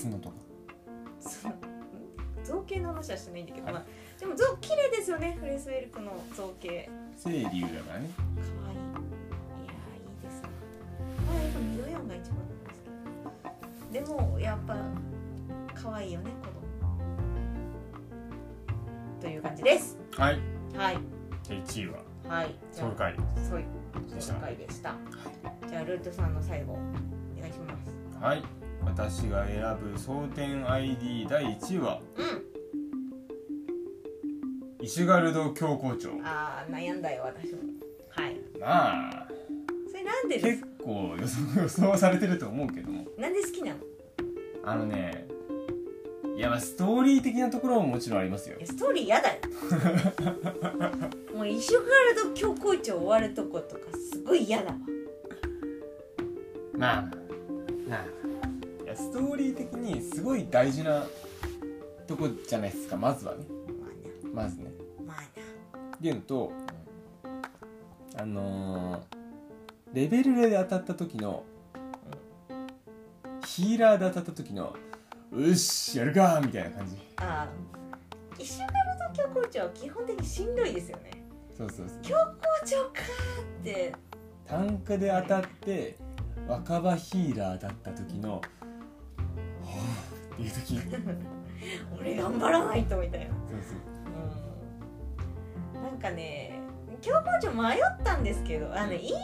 Speaker 1: 角とか
Speaker 2: そのん造形の話はしてないんだけど、
Speaker 1: はい
Speaker 2: まあ、でも造綺麗ですよねフレスウェルクの造形
Speaker 1: 青龍だからね
Speaker 2: 可愛いいやーいいですねまあやっぱミドヤンが一番なんですけどでもやっぱ可愛いよねこのという感じです
Speaker 1: はい
Speaker 2: はい
Speaker 1: じゃあ1位は
Speaker 2: はいじゃあ
Speaker 1: 回
Speaker 2: そう
Speaker 1: でし
Speaker 2: 紹
Speaker 1: た
Speaker 2: 介でしたじゃあルートさんの最後お願いします
Speaker 1: はい私が選ぶ蒼天 ID 第1位は
Speaker 2: う
Speaker 1: イシュガルド教皇庁
Speaker 2: んあー悩んだよ私もはい
Speaker 1: まあ
Speaker 2: それなんでです
Speaker 1: 結構予想予想されてると思うけども
Speaker 2: なんで好きなの
Speaker 1: あのねいやまあストーリー的なところももちろんありますよ
Speaker 2: いやストーリーや だよもう一生からと教皇庁終わるとことかすごい嫌だわ
Speaker 1: まあまあいやストーリー的にすごい大事なとこじゃないですかまずはね
Speaker 2: まあ
Speaker 1: まずね
Speaker 2: なまあ
Speaker 1: っていうのとあのーレベルで当たった時のヒーラーで当たった時のよしやるかみたいな感じ
Speaker 2: なあー石原と教皇庁は基本的にしんどいですよね
Speaker 1: そうそうそう
Speaker 2: 教皇庁かーって
Speaker 1: 単価で当たって若葉ヒーラーだった時の「はあ」っていう時そう
Speaker 2: 俺頑張らないとみたいな
Speaker 1: そう
Speaker 2: うんなんかね教皇庁迷ったんですけどあの印象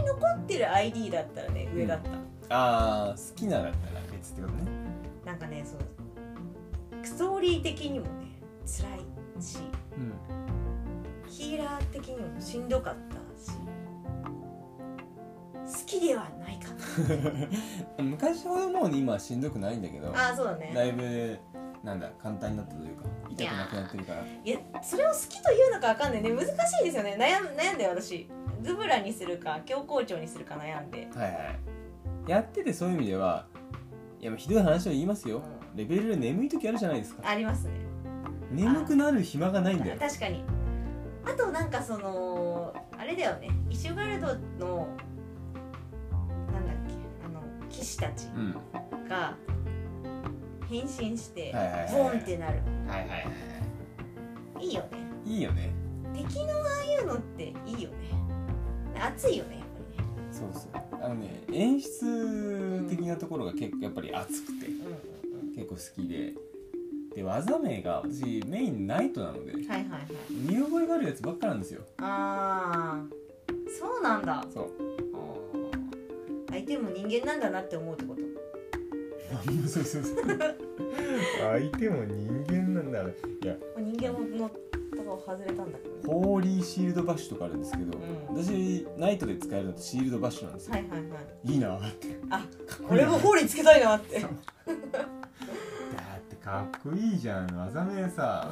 Speaker 2: に残ってる ID だったらね上だった、
Speaker 1: ああ好きなだったら別ってことね
Speaker 2: なんかねそうストーリー的にもね辛いし
Speaker 1: うん
Speaker 2: ヒーラー的にもしんどかったし好きではないか
Speaker 1: 昔ほどもうね今はしんどくないんだけど
Speaker 2: なあーそうだ
Speaker 1: だ
Speaker 2: ね
Speaker 1: いぶなんだ簡単になったというか痛くなくなってるから
Speaker 2: いやそれを好きというのかわかんないね難しいですよね悩ん悩んだよ私ズブラにするか教皇庁にするか悩んで
Speaker 1: はいはいやっててそういう意味ではいやひどい話を言いますよレベルで眠い時あるじゃないですか
Speaker 2: ありますね
Speaker 1: 眠くなる暇がないんだよ
Speaker 2: 確かにあとなんかそのあれだよねイシュガルドのなんだっけあの騎士たち
Speaker 1: うん
Speaker 2: が変身して
Speaker 1: はいはいはい
Speaker 2: ボンってなる
Speaker 1: はいはいはいはい
Speaker 2: いいよね
Speaker 1: いいよね
Speaker 2: 敵のああいうのっていいよね熱いよねやっぱ
Speaker 1: そうそうあのね演出的なところが結構やっぱり熱くて
Speaker 2: りね
Speaker 1: 結構好きでで技名が私メインナイトなので
Speaker 2: はいはいはい
Speaker 1: 見覚えがあるやつばっかなんですよ
Speaker 2: ああそうなんだ
Speaker 1: そう
Speaker 2: あー相手も人間なんだなって思うってこと
Speaker 1: そうそうそう相手も人間なんだいや
Speaker 2: 人間のとこ外れたんだけどね
Speaker 1: ホーリーシールドバッシュとかあるんですけど、
Speaker 2: うん
Speaker 1: 私ナイトで使えるのってシールドバッシュなんですよ、
Speaker 2: はいはいはい
Speaker 1: い、いなって
Speaker 2: あ
Speaker 1: かっこいい
Speaker 2: 俺
Speaker 1: な
Speaker 2: もホーリーつけたいなって
Speaker 1: そうだってかっこいいじゃん技名さ、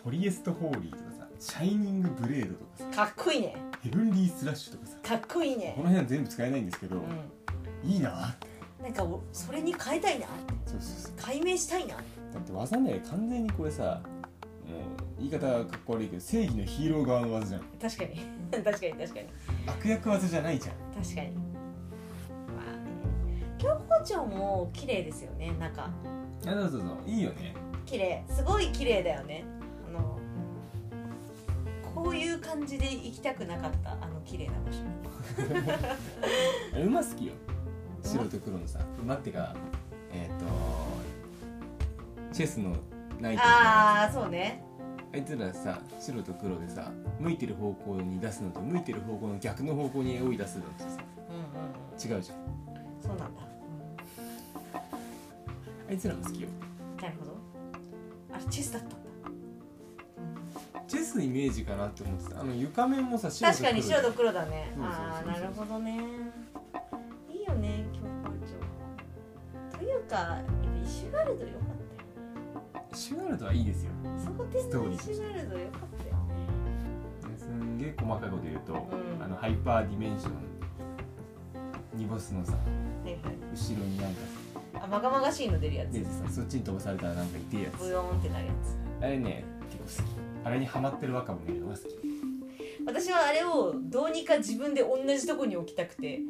Speaker 2: う
Speaker 1: ポリエストホーリーとかさシャイニングブレードとかさ
Speaker 2: んかっこいいね
Speaker 1: ヘブンリースラッシュとかさ
Speaker 2: かっこいい
Speaker 1: こ
Speaker 2: ね
Speaker 1: の辺は全部使えないんですけど、
Speaker 2: う
Speaker 1: いいなって
Speaker 2: んなんかおそれに変えたいなって
Speaker 1: そうそうそう
Speaker 2: 解明したいなって
Speaker 1: だって技名完全にこれさもう言い方はかっこ悪いけど正義のヒーロー側の技じゃん
Speaker 2: 確かに確かに確かに
Speaker 1: 悪役技じゃないじゃん
Speaker 2: 確かにまあね京子町も綺麗ですよねなんか
Speaker 1: あそうそうそういいよね
Speaker 2: 綺麗すごい綺麗だよねあのこういう感じで行きたくなかったあの綺麗な場所
Speaker 1: あれ馬好きよ白と黒のさ馬ってかえっ、とチェスのナイトみたいなや
Speaker 2: ああそうね
Speaker 1: つあいつらさ白と黒でさ向いてる方向に出すのと向いてる方向の逆の方向に追い出すのとさ
Speaker 2: うんうん
Speaker 1: 違うじゃん
Speaker 2: うんそうなんだ、
Speaker 1: あいつらも好きよ
Speaker 2: うんなるほどあれチェスだったんだ
Speaker 1: チェスのイメージかなって思ってたあの床面もさ白と
Speaker 2: 確
Speaker 1: 黒
Speaker 2: かに白と黒だね
Speaker 1: そうそうそうそう
Speaker 2: ああなるほどねいいよね教科長というかやっぱイシュガルドよかった
Speaker 1: シュガルドはいいですよ
Speaker 2: よそこでイシ
Speaker 1: ストーリー
Speaker 2: ュガルドよかったよね
Speaker 1: すんげえ細かいこと言うと、
Speaker 2: うん
Speaker 1: あのハイパーディメンションニボスのさ
Speaker 2: はいはい
Speaker 1: 後ろになんか
Speaker 2: あまがまがしいの出るや
Speaker 1: で
Speaker 2: つ
Speaker 1: さそっちに飛ばされたらなんか痛いや
Speaker 2: ブ
Speaker 1: つ
Speaker 2: ヨーンってなるやつ
Speaker 1: あれね結構好きあれにハマってる若者見るのが好き
Speaker 2: 私はあれをどうにか自分で同じとこに置きたくて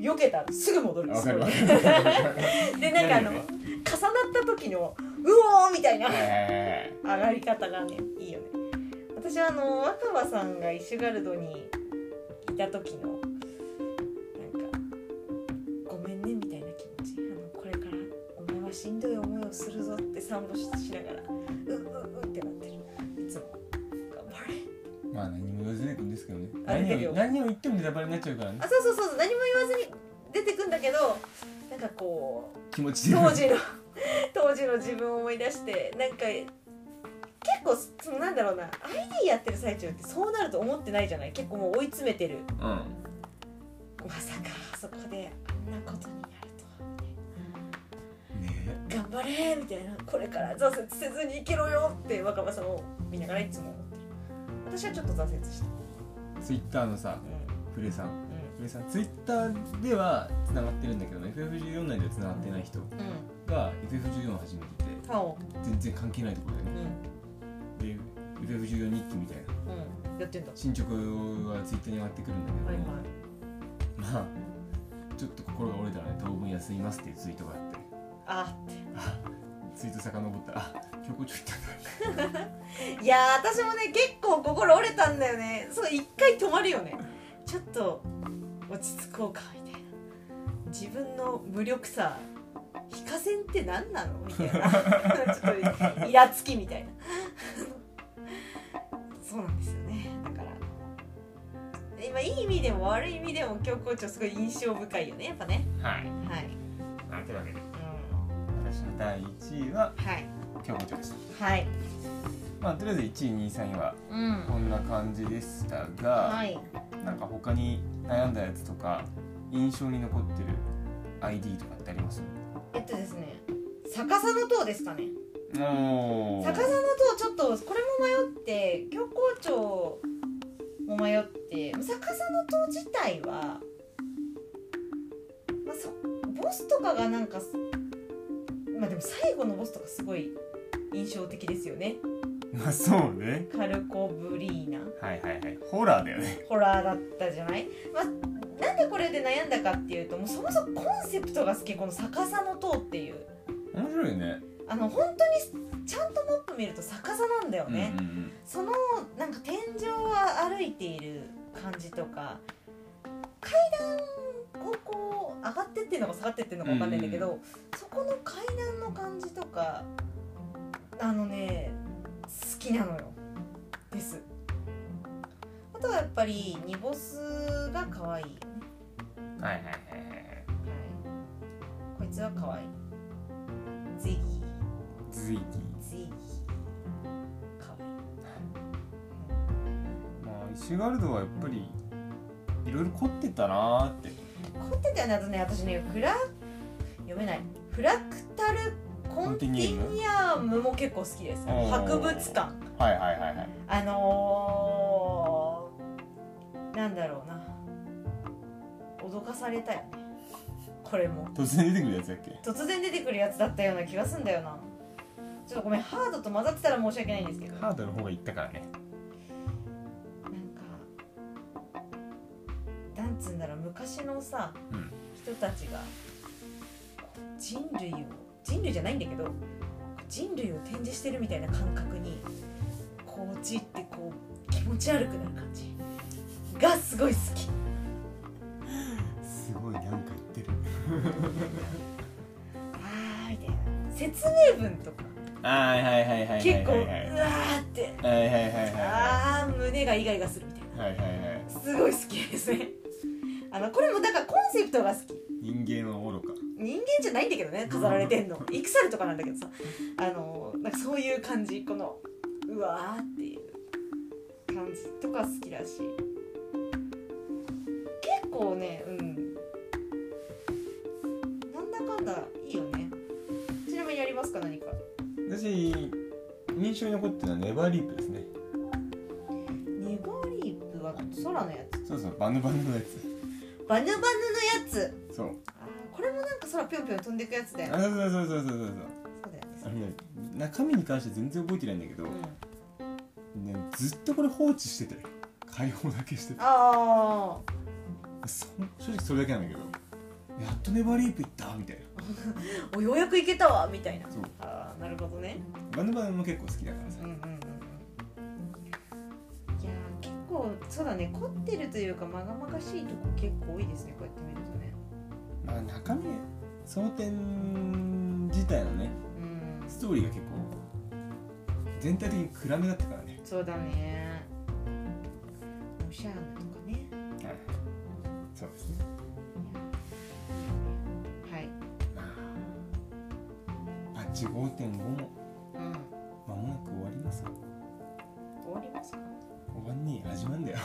Speaker 2: 避けたらすぐ戻るんですよ でなんかあの
Speaker 1: 何
Speaker 2: 重なっ
Speaker 1: が
Speaker 2: た時のうおーみたいな
Speaker 1: え
Speaker 2: 上がり方がねいいよね私はあの若葉さんがイシュガルドにいた時のなんか「ごめんね」みたいな気持ちあのこれからお前はしんどい思いをするぞって散歩しながら「うううってなってるいつも「頑張れ
Speaker 1: ー まあ何も言わせてくんですけどね
Speaker 2: あ出てる
Speaker 1: 何
Speaker 2: よ
Speaker 1: を何を言ってもネタバレになっちゃうから」ね
Speaker 2: あそうそうそうそう何も言わずに出てくんだけどなんかこう
Speaker 1: 気持ちで
Speaker 2: 当時の 当時の自分を思い出してなんか結構そのなんだろうな ID やってる最中ってそうなると思ってないじゃない結構もう追い詰めてる
Speaker 1: うんあ
Speaker 2: まさかあそこであんなことになると
Speaker 1: ね
Speaker 2: はみたいな頑張れみたいなこれから挫折せずに生きろよって若葉さんを見ながらいつも思ってる私はちょっと挫折した、
Speaker 1: ツイッターのさ
Speaker 2: う
Speaker 1: フレさん
Speaker 2: ん
Speaker 1: フレさんツイッターではつながってるんだけど FF14 内ではつながってない人
Speaker 2: うんうん
Speaker 1: が FF14 を始めてて
Speaker 2: 顔
Speaker 1: 全然関係ないところで
Speaker 2: う
Speaker 1: ね
Speaker 2: ん
Speaker 1: で FF14 日記みたいな
Speaker 2: うんやってんだ
Speaker 1: 進捗はツイッターに上がってくるんだけど
Speaker 2: はいは
Speaker 1: も、
Speaker 2: い
Speaker 1: まあちょっと心が折れたらね当分休みますっていうツイートがあって
Speaker 2: あって
Speaker 1: あツイート遡ったらあ今日校長行ったんだ
Speaker 2: いやー私もね結構心折れたんだよねそう一回止まるよねちょっと落ち着こうかみたいな自分の無力さ非化線って何なのみたいな ちょっとイラつきみたいな そうなんですよねだから今いい意味でも悪い意味でも今日校長すごい印象深いよねやっぱね
Speaker 1: はい
Speaker 2: はい、
Speaker 1: なんてわけで
Speaker 2: う
Speaker 1: 私の第1位は
Speaker 2: ん、はい
Speaker 1: 今日校長でした
Speaker 2: はい
Speaker 1: まあとりあえず1位2位3位は
Speaker 2: うん
Speaker 1: こんな感じでしたが、
Speaker 2: はい
Speaker 1: なんか他に悩んだやつとか印象に残ってる ID とかってあります
Speaker 2: えっとですね逆さの塔ですかね
Speaker 1: おー
Speaker 2: 逆さのとちょっとこれも迷って漁港長も迷って逆さの塔自体は、まあ、そボスとかがなんかまあでも最後のボスとかすごい印象的ですよね
Speaker 1: まあそうね
Speaker 2: カルコ・ブリーナ
Speaker 1: はいはいはいホラーだよね
Speaker 2: ホラーだったじゃない、まあ、なんでこれで悩んだかっていうともうそもそもコンセプトが好きこの逆さの塔っていう
Speaker 1: 面白いよね
Speaker 2: あの本当にちゃんとマップ見ると逆さなんだよね、
Speaker 1: うんうんうん
Speaker 2: そのなんか天井は歩いている感じとか階段をこう上がってってんのか下がってってんのか分かんないんだけど、そこの階段の感じとかあのね好きなのよですあとはやっぱりニボスが可愛いよね
Speaker 1: はいはいはいはい
Speaker 2: つは可愛いゼギー
Speaker 1: ズイギ
Speaker 2: ゼギー可愛
Speaker 1: ー
Speaker 2: い
Speaker 1: まあイシュガルドはやっぱりいろいろ凝ってたなーって
Speaker 2: 凝ってたよねあとね私ねフラ読めないフラクタルコンティニアムも結構好きです
Speaker 1: おー
Speaker 2: 博物館
Speaker 1: はいはいはいはい
Speaker 2: あのー、なんだろうな脅かされたよねこれも
Speaker 1: 突然出てくるやつだっけ
Speaker 2: 突然出てくるやつだったような気がすんだよなちょっとごめんハードと混ざってたら申し訳ないんですけどなんか
Speaker 1: ハードの方がいったからね
Speaker 2: なんつうんだろう昔のさ、
Speaker 1: うん
Speaker 2: 人たちが人類を人類じゃないんだけど人類を展示してるみたいな感覚にこうじってこう気持ち悪くなる感じがすごい好き
Speaker 1: すごいなんか言ってる
Speaker 2: あーみたいな説明文とか
Speaker 1: はいはいはいはいはいはい
Speaker 2: 結構う
Speaker 1: は
Speaker 2: わ
Speaker 1: いはい
Speaker 2: ーって
Speaker 1: はいはいはい
Speaker 2: あー胸がイガイガするみたい
Speaker 1: はいはいはい
Speaker 2: なすごい好きですねあのこれもだからコンセプトが好き
Speaker 1: 人間は愚か
Speaker 2: 人間じゃないんだけどね飾られてん のイクサルとかなんだけどさあのなんかそういう感じこのうわーっていう感じとか好きだし結構ねうんなんだかんだいいよねちなみにやりますか何か
Speaker 1: 私印象に残ってるのはネバーリープですね
Speaker 2: ネバーリープは空のやつ
Speaker 1: そうそうバヌバヌのやつ
Speaker 2: バヌバヌのやつ
Speaker 1: そう
Speaker 2: あーこれもなんか空ぴょんぴょん飛んでくやつだよ
Speaker 1: あ
Speaker 2: ね
Speaker 1: そうそうそうそうそうそう
Speaker 2: そうだよ
Speaker 1: あの
Speaker 2: ね
Speaker 1: ね中身に関して全然覚えてないんだけど、
Speaker 2: うん
Speaker 1: ね、ずっとこれ放置してて解放だけしてて
Speaker 2: ああ
Speaker 1: そ正直それだけなんだけどやっとネバーリープ行ったみたい
Speaker 2: おようやく行けたわみたいな
Speaker 1: なそう
Speaker 2: ああなるほどね
Speaker 1: バヌバヌも結構好きだからさ
Speaker 2: うんうんうんうんいやー結構そうだね凝ってるというかまがまがしいとこ結構多いですねこうやって見るとね
Speaker 1: まあ中身その点自体のね
Speaker 2: うん
Speaker 1: ストーリーが結構全体的に暗めだったからね、
Speaker 2: そうだねおしゃれなとかね
Speaker 1: はい、そうですね
Speaker 2: はい
Speaker 1: まあパッチ5.5も
Speaker 2: うん
Speaker 1: 間もなく終わりますよ
Speaker 2: 終わりますか
Speaker 1: 終わんねえよ始まんだよ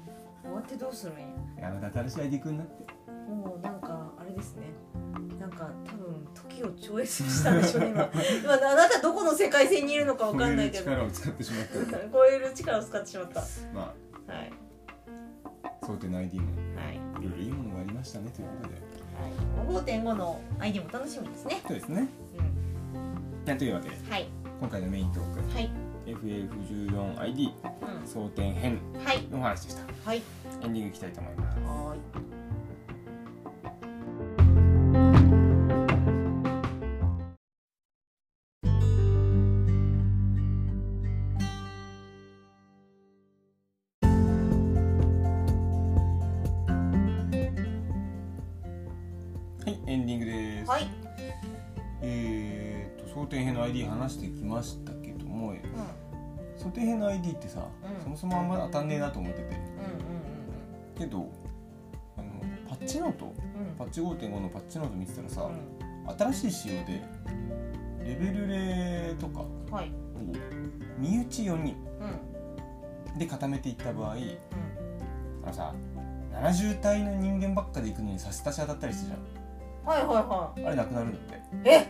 Speaker 2: 終わってどうするんや
Speaker 1: いやまた新しい ID 君になって
Speaker 2: もうなんかあれですねなんか多分時を超越したんでしょうね 今今あなたどこの世界線にいるのかわかんないけ
Speaker 1: 超え
Speaker 2: ど
Speaker 1: る力を使ってしまっ
Speaker 2: 超える力を使ってしまったは
Speaker 1: たま
Speaker 2: い
Speaker 1: あ想定の ID も
Speaker 2: はい
Speaker 1: いろいろいいものがありましたねということで
Speaker 2: はい、5.5の ID も楽しみですね。
Speaker 1: そうですね
Speaker 2: うん、
Speaker 1: というわけで
Speaker 2: はい、
Speaker 1: 今回のメイントーク
Speaker 2: はい、
Speaker 1: FF14ID
Speaker 2: う
Speaker 1: 争点編
Speaker 2: ん、はい、
Speaker 1: のお話でした
Speaker 2: はい、
Speaker 1: エンディングいきたいと思います
Speaker 2: はーい。
Speaker 1: はいエンディングです、
Speaker 2: はい、
Speaker 1: えーっと争点編の ID 話してきましたけども
Speaker 2: うん、うん、
Speaker 1: 争点編の ID ってさ、
Speaker 2: うん
Speaker 1: そもそもあんま当たんねえなと思ってて
Speaker 2: う
Speaker 1: けどあのパッチノート
Speaker 2: ん、うん、うん、
Speaker 1: パッチ5.5のパッチノート見てたらさ
Speaker 2: う、
Speaker 1: 新しい仕様でレベル例とかを
Speaker 2: ん、はい、
Speaker 1: 身内4人
Speaker 2: うん、うん、
Speaker 1: で固めていった場合あのさ70体の人間ばっかで行くのに差し足し当たったりする
Speaker 2: はい、はい、
Speaker 1: じゃ
Speaker 2: は
Speaker 1: んあれなくなるんだって
Speaker 2: い。え、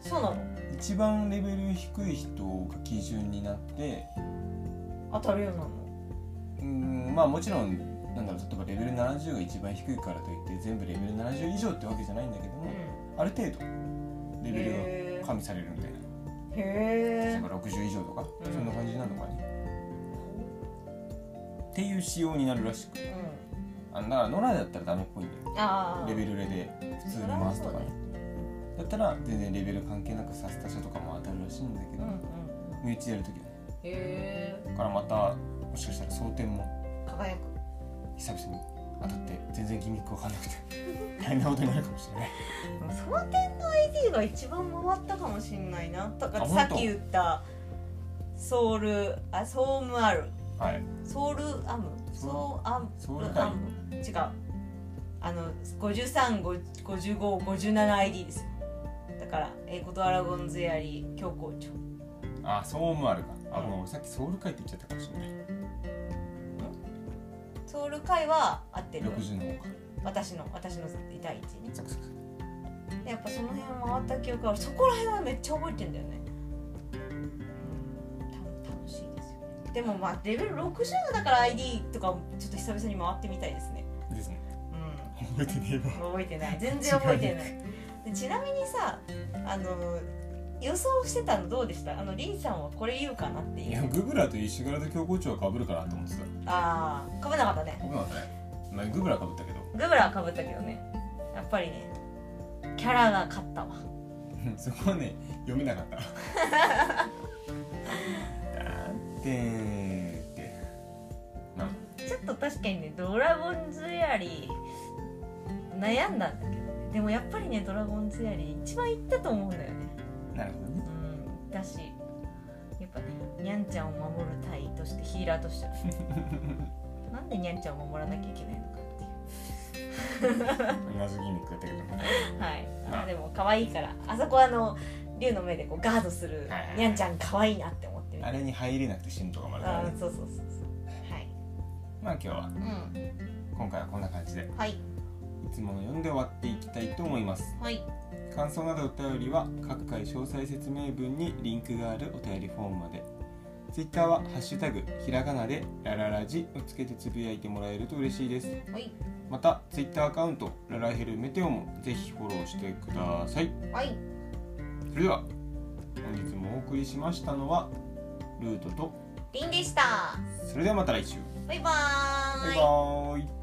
Speaker 2: そうなの？
Speaker 1: 一番レベル低い人が基準になって
Speaker 2: 当たるようになるの？
Speaker 1: うーんまあもちろんなんだろう例えばレベル70が一番低いからといって全部レベル70以上ってわけじゃないんだけども、ある程度レベル
Speaker 2: へ
Speaker 1: が加味されるみたいな
Speaker 2: え。
Speaker 1: 例え
Speaker 2: へ
Speaker 1: ば60以上とか、
Speaker 2: うん
Speaker 1: そんな感じなのかねっていう仕様になるらしく
Speaker 2: え。
Speaker 1: あだから野良だったらダメっぽいんだよ
Speaker 2: うん。ああ。
Speaker 1: レベル例で普通に回すとかねだったら全然レベル関係なくサスタ社とかも当たるらしいんだけ
Speaker 2: うん
Speaker 1: ど、
Speaker 2: うん。
Speaker 1: 身内でやるときだね
Speaker 2: へえ。
Speaker 1: だからまたもしかしたら争点も
Speaker 2: 輝く。
Speaker 1: 久々に当たって全然ギミック分かんなくて 大変なことになるかもし れない
Speaker 2: その点の ID が一番回ったかもしんないなだから
Speaker 1: あ
Speaker 2: さ
Speaker 1: 本
Speaker 2: っ
Speaker 1: 当
Speaker 2: き言ったソウルあソームアル
Speaker 1: はい
Speaker 2: ソウルアムソウアム
Speaker 1: ソウルタイム
Speaker 2: 違うあの53555557 ID ですよから「えー、ことあらごんずやり教皇庁
Speaker 1: あそうもあるかあ
Speaker 2: うん
Speaker 1: もう俺さっきソウル会って言っちゃったかもしれない」
Speaker 2: ソウル会は合ってるよ
Speaker 1: 60の方か
Speaker 2: 私の私の第一ね
Speaker 1: そっかそっか
Speaker 2: でやっぱその辺回った記憶があるそこら辺はめっちゃ覚えてんだよねうんた楽しいですよねでもまあレベル60のだから ID とかちょっと久々に回ってみたいですね
Speaker 1: ですね
Speaker 2: う
Speaker 1: 覚
Speaker 2: ん
Speaker 1: えてねえわ
Speaker 2: 覚えてない全然覚えてないでちなみにさあの予想してたのどうでしたあのリンさんはこれ言うかなって
Speaker 1: い
Speaker 2: い
Speaker 1: や
Speaker 2: う
Speaker 1: グブラと石柄と強行長はかぶるかなと思ってた
Speaker 2: ああかぶなかったね
Speaker 1: 僕なんかねまあグブラかぶったけど
Speaker 2: グブラはかぶったけどねやっぱりねキャラが勝ったわ
Speaker 1: そこは ね読めなかったなんてーってまあ
Speaker 2: ちょっと確かにねドラゴンズエアリー悩んだんだけどねでもやっぱりねドラゴンズエアリー一番いったと思うんだよね
Speaker 1: なるほどね
Speaker 2: うんだしやっぱねにゃんちゃんを守る隊としてヒーラーとして はなんでにゃんちゃんを守らなきゃいけないのかっていう
Speaker 1: 同じギミックだったけど
Speaker 2: はい、
Speaker 1: まあ
Speaker 2: でも可愛いからあそこはあの竜の目でこうガードする
Speaker 1: はいはいはい
Speaker 2: にゃんちゃん可愛いなって思ってみた
Speaker 1: あれに入れなくて死ぬとかもあるから
Speaker 2: あ
Speaker 1: ね
Speaker 2: そうそうそうそうはい、
Speaker 1: まあ今日は
Speaker 2: うん、
Speaker 1: 今回はこんな感じでい
Speaker 2: はい
Speaker 1: つもの読んで終わっていきたいと思います
Speaker 2: はい
Speaker 1: 感想などお便りは各回詳細説明文にリンクがあるお便りフォームまで Twitter は「ハッシュタグひらがな」で「ラララジ」をつけてつぶやいてもらえると嬉しいです
Speaker 2: はい
Speaker 1: また Twitter アカウント「ララヘルメテオ」もぜひフォローしてください
Speaker 2: はい
Speaker 1: それでは本日もお送りしましたのはルートと
Speaker 2: りんでした
Speaker 1: それではまた来週
Speaker 2: バイバー
Speaker 1: バイバーイ